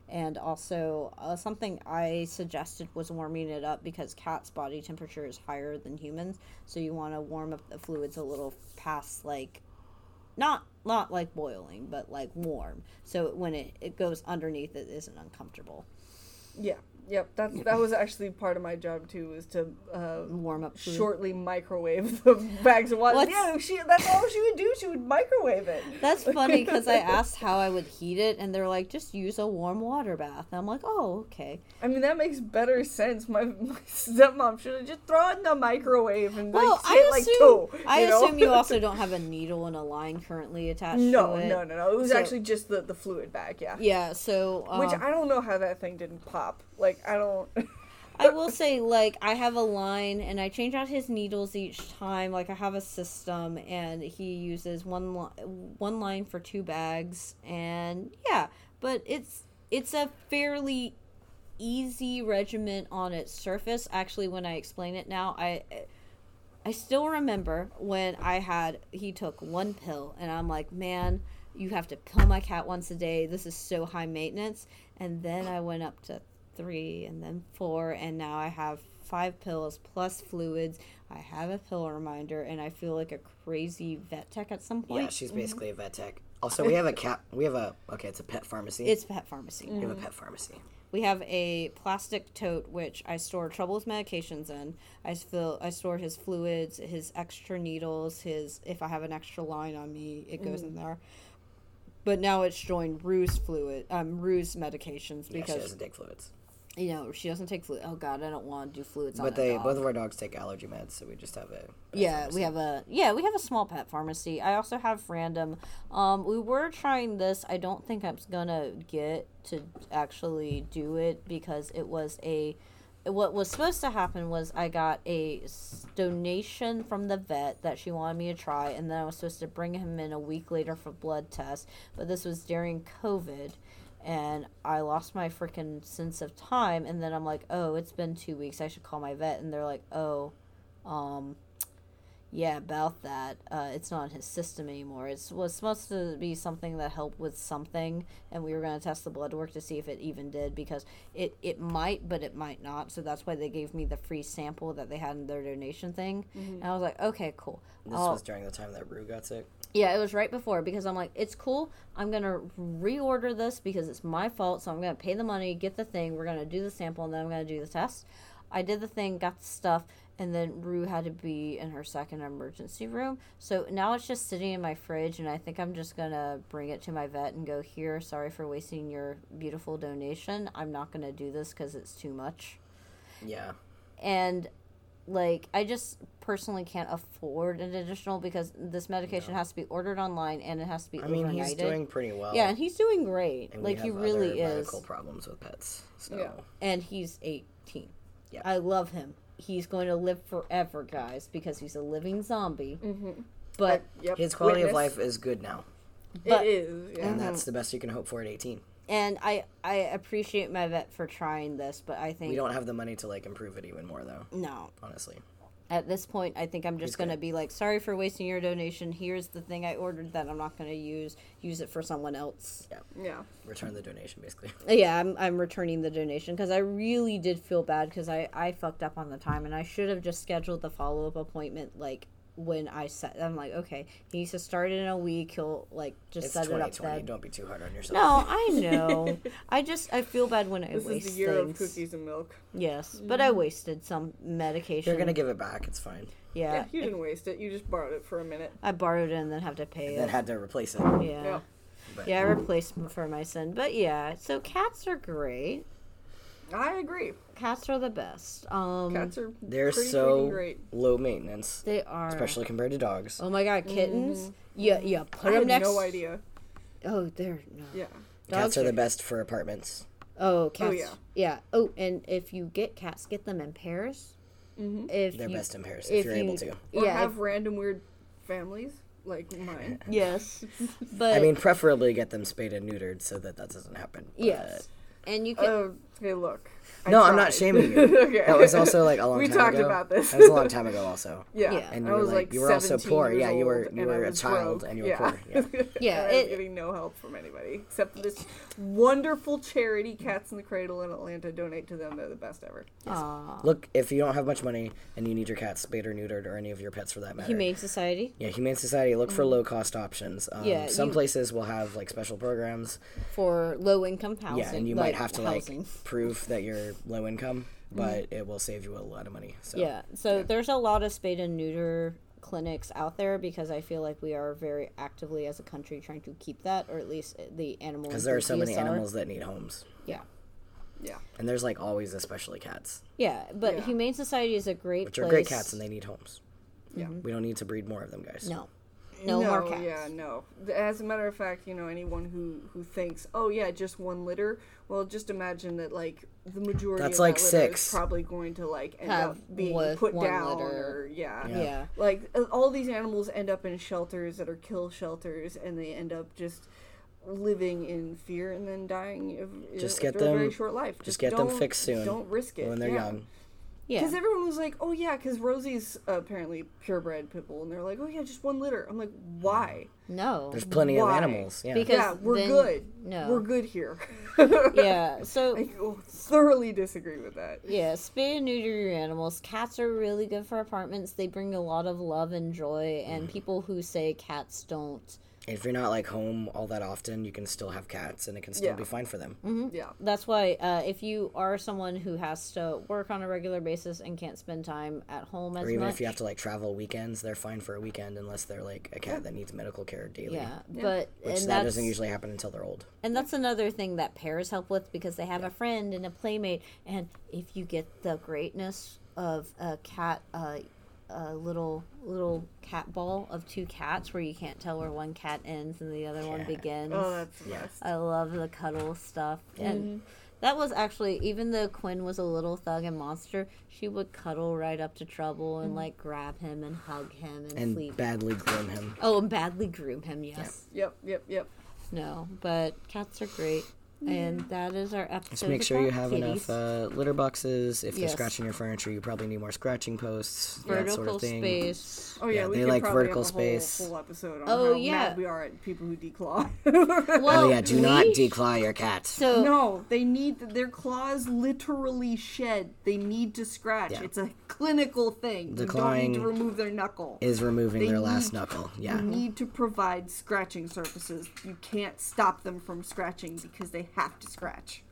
and also uh, something i suggested was warming it up because cats body temperature is higher than humans so you want to warm up the fluids a little past like not not like boiling but like warm so when it, it goes underneath it isn't uncomfortable
Yeah, Yep, that's that was actually part of my job too, was to uh,
Warm up food.
shortly microwave the (laughs) bags of water.
What's-
Yeah, she that's all she would do. She would microwave it.
That's funny because I asked how I would heat it, and they're like, just use a warm water bath. And I'm like, oh, okay.
I mean, that makes better sense. My, (laughs) my stepmom should have just throw it in the microwave and
Well,
like say
I
it
assume
like two.
I
know?
assume
(laughs)
you also don't have a needle and a line currently attached.
no,
to it.
no, no, no. It was
So-
actually just the the fluid bag. Yeah.
Yeah, so um,
Which I don't know how that thing didn't pop. Like I don't. (laughs)
I will say, like, I have a line, and I change out his needles each time. Like, I have a system, and he uses one li- one line for two bags, and yeah, but it's it's a fairly easy regiment on its surface. Actually, when I explain it now, I I still remember when I had he took one pill, and I'm like, man. You have to pill my cat once a day. This is so high maintenance. And then I went up to three and then four and now i have five pills plus fluids i have a pill reminder and i feel like a crazy vet tech at some point
Yeah, she's basically a vet tech. Also, we have a cat. We have a okay. It's a pet pharmacy.
it's pet pharmacy
we have a pet pharmacy.
we have a plastic tote which i store troubles medications in i s- fill i store his fluids his extra needles his if i have an extra line on me it goes
Mm-hmm.
in there but now it's joined ruse fluid um ruse medications
Yeah, she
because
doesn't take fluids.
you know she doesn't take fluid oh god i don't want to do fluids on
But
a
they
dog.
both of our dogs take allergy meds, so we just have a
yeah we have a yeah we have a small pet pharmacy i also have random um we were trying this i don't think i'm gonna get to actually do it because it was a what was supposed to happen was i got a s- donation from the vet that she wanted me to try and then i was supposed to bring him in a week later for blood test but this was during covid and I lost my freaking sense of time. And then I'm like, oh, it's been two weeks. I should call my vet. And they're like, oh, um, yeah, about that. Uh, it's not in his system anymore. It was supposed to be something that helped with something, and we were going to test the blood work to see if it even did because it, it might, but it might not. So that's why they gave me the free sample that they had in their donation thing. And I was like, okay, cool.
This
I'll-
was during the time that Rue got sick.
yeah, it was right before because I'm like, it's cool. I'm gonna reorder this because it's my fault. So I'm gonna pay the money, get the thing. We're gonna do the sample, and then I'm gonna do the test. I did the thing, got the stuff, and then Rue had to be in her second emergency room. So now it's just sitting in my fridge, and I think I'm just gonna bring it to my vet and go here. Sorry for wasting your beautiful donation. I'm not gonna do this because it's too much
Yeah,
and like I just personally can't afford an additional because this medication has to be ordered online and it has to be
I mean
overnighted.
he's doing pretty well.
yeah, and he's doing great.
and we
like he
have other
really is,
Medical problems with pets. So
Yeah.
and he's eighteen.
Yeah.
I love him. He's going to live forever, guys, because he's a living zombie. Mm-hmm. But
Yep.
his quality of
Witness.
life is good now,
But-
it is. Yeah.
and that's
Mm-hmm.
the best you can hope for at 18.
and I I appreciate my vet for trying this, but I think
We don't have the money to like improve it even more though.
no.
Honestly,
at this point i think i'm just going to be like sorry for wasting your donation here's the thing i ordered that i'm not going to use use it for someone else
yeah.
return the donation basically.
yeah i'm, I'm returning the donation because i really did feel bad because I, I fucked up on the time and i should have just scheduled the follow-up appointment like when i set i'm like okay he needs to start in a week he'll like just
It's
set it up
2020.
then
Don't be too hard on yourself.
no i know i just i feel bad when i
This
waste
is the year
things
of cookies and milk.
yes but i wasted some medication
You're gonna give it back. It's fine.
Yeah,
yeah,
you didn't waste it. You just borrowed it for a minute.
i borrowed it and then have to pay
Then
it
had to replace it.
yeah.
Yeah.
But
Yeah, I replaced him for my son. But yeah, so cats are great.
I agree.
Cats are the best. Um,
Cats are
They're
pretty
so
freaking great.
low maintenance,
they are.
especially compared to dogs.
Oh my god, kittens. Yeah, yeah.
Mm-hmm. I
Put
have
them next.
no idea.
Oh, they're no.
Yeah.
Cats
dogs
are
are-
the best for apartments.
Oh, cats. yeah.
yeah.
Oh, and if you get cats, get them in pairs. Mm-hmm. If
They're
you,
best in pairs if, you're able to.
Or
Yeah.
have
if-
random weird families like mine.
yes. But
I mean, preferably get them spayed and neutered so that that doesn't happen. but-
yes. And you can.
Oh, hey, look. I
No, I'm
tried.
not shaming you.
(laughs) okay.
That was also
(laughs)
like a long
We
time
talked
ago.
about this.
That was a long time ago, also.
Yeah.
Yeah.
And
I
you were
was
like,
like,
you were also
17
poor.
years
Yeah, you were
old,
you
and I
were a
was
child
broke.
and you were
(laughs) Yeah.
poor. Yeah.
Yeah,
And I was
it-
getting no help from anybody except for this wonderful charity, Cats in the Cradle in Atlanta. Donate to them; they're the best ever.
Aw.
Look, if you don't have much money and you need your cat spayed or neutered or any of your pets for that matter.
Humane Society.
yeah, Humane Society, look for low cost options. Um,
Yeah,
some
you-
places will have like special programs.
for low income housing.
Yeah, and you
like,
might have to
housing. (laughs) Mm-hmm.
like prove that you're you're low income, but it will save you a lot of money. So
Yeah. So there's a lot of spade and neuter clinics out there because I feel like we are very actively as a country trying to keep that, or at least the animal.
because there are so many
enthusiasts are.
animals that need homes,
Yeah.
Yeah.
and there's like always, especially cats,
Yeah, but
Yeah.
Humane Society is a great
which
place. Mm-hmm.
are great cats and they need homes.
Yeah.
we don't need to breed more of them, guys.
no, no, more cats.
Yeah, no. As a matter of fact, you know, anyone who who thinks, oh yeah, just one litter. Well, just imagine that like the majority
That's
of
like
that litter
six.
is probably going to like end
Have
up being
one-
put
one
down
litter.
or yeah.
yeah.
Like uh, all these animals end up in shelters that are kill shelters, and they end up just living in fear and then dying of
Just
uh,
get
after a very
them-
short life. Just,
get them
don't-
fixed soon
Don't risk it
when they're
yeah.
young.
Yeah.
Because everyone was like, "Oh yeah," because Rosie's uh, apparently purebred pit bull, and they're like, "Oh yeah, just one litter." I'm like, "Why?"
no.
(laughs)
There's plenty
Why?
of animals. Yeah,
Because-
Yeah, we're
then-
good.
no.
we're good here. (laughs)
yeah. So
I thoroughly disagree with that.
Yeah, spay and neuter your animals. Cats are really good for apartments. They bring a lot of love and joy.
Mm-hmm.
And people who say cats don't,
if you're not like home all that often, you can still have cats, and it can still
Yeah.
be fine for them.
Mm-hmm. Mm.
Yeah,
that's why uh, if you are someone who has to work on a regular basis and can't spend time at home as
Or even
much,
if you have to like travel weekends, they're fine for a weekend unless they're like a cat that needs medical care daily.
yeah, but and
Which that
that's
doesn't usually happen until they're old.
and that's another thing that pairs help with because they have a friend and a playmate. And if you get the greatness of a cat, uh, a little little cat ball of two cats where you can't tell where one cat ends and the other one
Yeah.
begins.
oh, that's Mm-hmm. the best.
I love the cuddle stuff. And that was actually, even though Quinn was a little thug and monster, she would cuddle right up to Trouble
Mm.
and like grab him and hug him and,
And
sleep.
badly groom him.
oh, and badly groom him, yes.
Yep, yep, yep.
No, but cats are great. And that is our episode.
Just make sure you
about
have
kitties.
enough uh, litter boxes. If
Yes.
they're scratching your furniture, you probably need more scratching posts, that
vertical
sort of thing.
space.
Oh yeah,
Yeah,
we
they
could
like
probably
vertical
have a
space.
Whole, whole episode on
Oh,
how
yeah.
mad we are at people who declaw. (laughs)
Well,
Oh yeah, do
we
not
sh-
declaw your cat.
So
no, they need their claws literally shed. They need to scratch.
Yeah.
It's a clinical thing. You don't need
Declawing
to remove their knuckle.
is removing
They
their last
need-
knuckle. Yeah.
You need to provide scratching surfaces. You can't stop them from scratching because they have to scratch.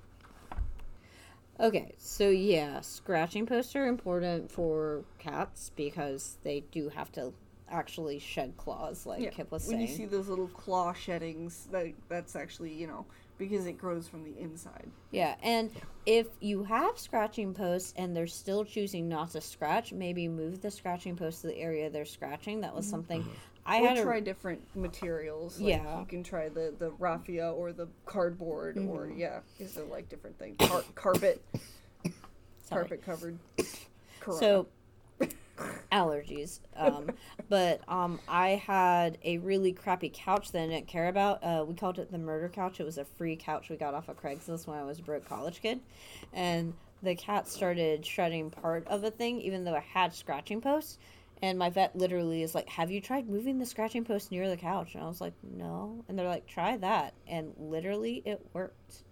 Okay, so yeah, scratching posts are important for cats because they do have to actually shed claws, like Kip was
when
saying.
you see those little claw sheddings, that that's actually you know because it grows from the inside.
yeah, and if you have scratching posts and they're still choosing not to scratch, maybe move the scratching post to the area they're scratching. That was
Uh-huh.
something I
Mm-hmm. Or
had a
try different materials. Like
Yeah.
you can try the the raffia or the cardboard or
Mm-hmm.
yeah, because they're like different things. Car- carpet,
Sorry.
carpet
(laughs)
covered. Corona.
So (laughs) allergies. Um, but um, I had a really crappy couch that I didn't care about. Uh, we called it the murder couch. It was a free couch we got off of Craigslist when I was a broke college kid, and the cat started shredding part of a thing, even though I had scratching posts. And my vet literally is like, "Have you tried moving the scratching post near the couch?" And I was like, "No." And they're like, "Try that," and literally it worked.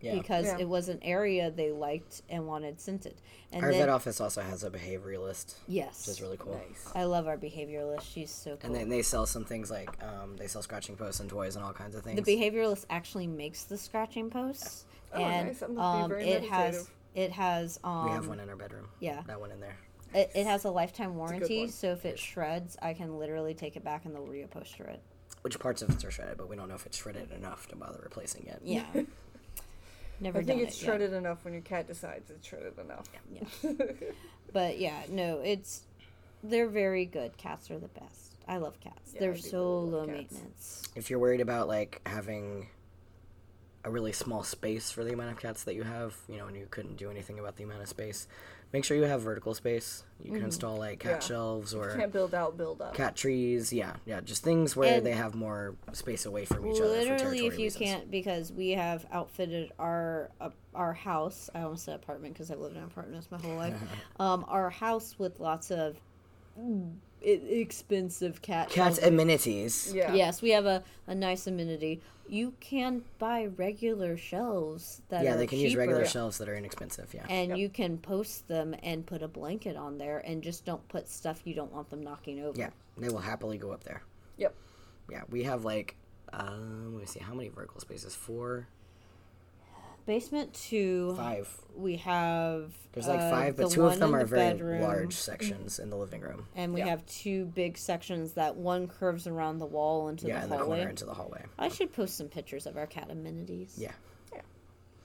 Yeah.
Because
Yeah.
it was an area they liked and wanted scented, and
Our
then
vet office also has a behavioralist,
yes,
which is really cool.
nice.
I love our behavioralist. She's so cool.
And then they sell some things like um, they sell scratching posts and toys and all kinds of things.
the behavioralist actually makes the scratching posts,
Oh,
and
nice. That must be
um,
very
it has
meditative.
it has um
we have one in our bedroom.
yeah.
That one in there.
It, it has a lifetime warranty.
one.
so if it shreds, I can literally take it back and they'll reupholster
(laughs)
it.
Which parts of it are shredded, but we don't know if it's shredded enough to bother replacing it.
Yeah, never.
I think
done
it's
it yet.
shredded enough when your cat decides it's shredded enough.
But yeah, no, it's they're very good. Cats are the best. I love cats.
Yeah, I
they're
do
so
really
low
love cats.
maintenance.
If you're worried about like having a really small space for the amount of cats that you have, you know, and you couldn't do anything about the amount of space, make sure you have vertical space. You can install like cat
Mm-hmm. Yeah.
shelves or
Can't build out, build up.
cat trees. Yeah, yeah, just things where
And-
they have more space away from each other. for
literally
territory
if you
reasons.
can't because we have outfitted our uh, our house i almost said apartment because i've lived in apartments my whole life
(laughs)
um our house with lots of mm, e- expensive cat
Cat
shelters.
amenities.
yeah.
yes we have a, a nice amenity you can buy regular shelves that
Yeah,
are
they can
cheaper
use regular shelves that are inexpensive. Yeah.
and you can post them and put a blanket on there and just don't put stuff you don't want them knocking over
yeah, they will happily go up there.
Yep.
Yeah, we have like, um, let me see, how many vertical spaces? Four,
Basement two.
Five.
We have.
There's like
uh,
five, but
the
two
one
of them
in
are
the
very
bedroom,
large sections in the living room.
And we
Yeah.
have two big sections that one curves around the wall into
yeah,
the
in the corner
hallway.
into the hallway.
I should post some pictures of our cat amenities.
Yeah.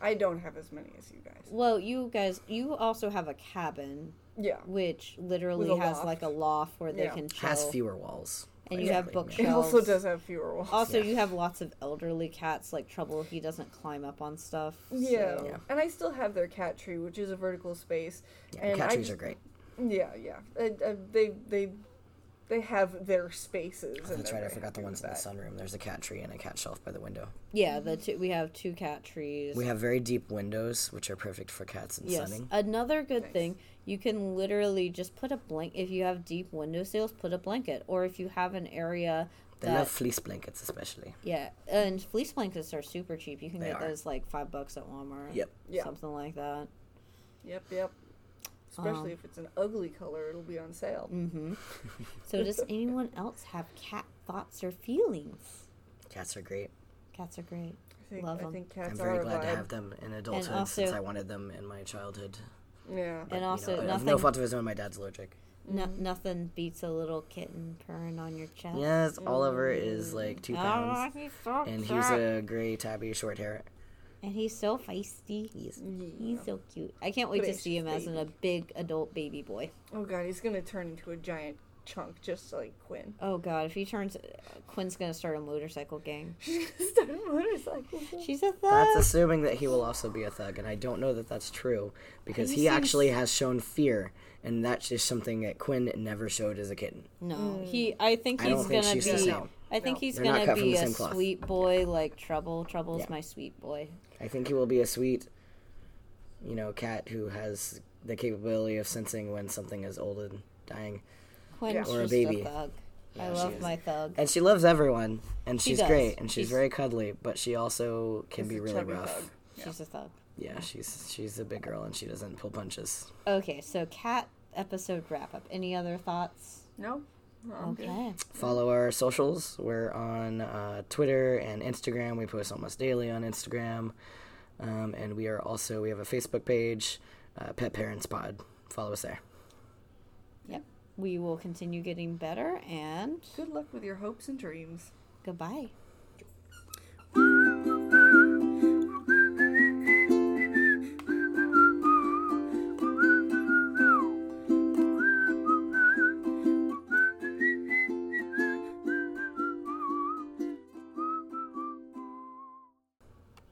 I don't have as many as you guys.
Well, you guys, you also have a cabin,
Yeah.
which literally
With a
has
loft.
like a loft where they
Yeah.
can chill.
Has fewer walls.
And you have
basically.
It
bookshelves.
also does have fewer
Um,
walls.
Also, you have lots of elderly cats, like Trouble. He doesn't climb up on stuff.
yeah.
so-
Yeah.
and I still have their cat tree, which is a vertical space.
Yeah,
and
cat
I
trees
just-
are great.
Yeah, yeah. Uh, uh, they they they have their spaces. and
Oh, That's
they're
right. I
very
forgot the
happy
ones in
with
the
that.
sunroom. There's a cat tree and a cat shelf by the window.
Yeah, the two, we have two cat trees.
We have very deep windows, which are perfect for cats and
yes.
sunning.
Another good
Nice.
thing, you can literally just put a blanket. If you have deep window sills, put a blanket. Or if you have an area
They
that
love fleece blankets, especially.
Yeah, and fleece blankets are super cheap. You can
They
get
are.
those like five bucks at Walmart.
Yep.
Yeah.
Something like that.
Yep, yep.
Um,
Especially if it's an ugly color, it'll be on sale.
Mm,
So,
(laughs)
does anyone else have cat thoughts or feelings?
Cats are great.
Cats are great.
I think,
Love
I
'em.
think cats
I'm
are
very
a
glad
vibe.
to have them in adulthood since
also-
I wanted them in my childhood.
Yeah.
And
You
also,
know, of
nothing,
no fault of his own, my dad's allergic.
no,
Mm.
nothing beats a little kitten purring on your chest.
Yes, Oliver is like two
Oh,
pounds,
he's so
and
cute.
he's a gray tabby, short hair.
and he's so feisty.
He's
Yeah.
He's so cute. I can't wait to
Precious
see him as an, a big adult baby boy.
Oh god, he's gonna turn into a giant chunk just like Quinn. (laughs)
Oh God! If he turns, Quinn's gonna start a motorcycle gang.
She's gonna start a motorcycle.
She's a thug.
That's assuming that he will also be a thug, and I don't know that that's true because
He
he
seems-
actually has shown fear, and that's just something that Quinn never showed as a kitten.
No, he. I think
Hmm. I
he's
don't think
gonna
she's the
be.
same.
I think
No.
he's
They're not
gonna
cut from
be
the
a
same cloth.
sweet boy like Trouble. Trouble's
Yeah.
my sweet boy.
I think he will be a sweet, you know, cat who has the capability of sensing when something is old and dying,
Quinn's
Or a
just
baby.
a thug. I
she
love
is.
my thug.
and she loves everyone, and she's
does.
great, and she's,
She's-
very cuddly, but she also can
She's
be
a
really
chubby
rough.
thug.
She's a thug.
Yeah, she's she's a big girl, and she doesn't pull punches.
Okay, so cat episode wrap up. Any other thoughts?
No? Um, No, I'm good.
Okay.
follow our socials. We're on uh, Twitter and Instagram. We post almost daily on Instagram, um, and we are also we have a Facebook page, uh, Pet Parents Pod. Follow us there.
Yep. We will continue getting better and
Good luck with your hopes and dreams.
goodbye.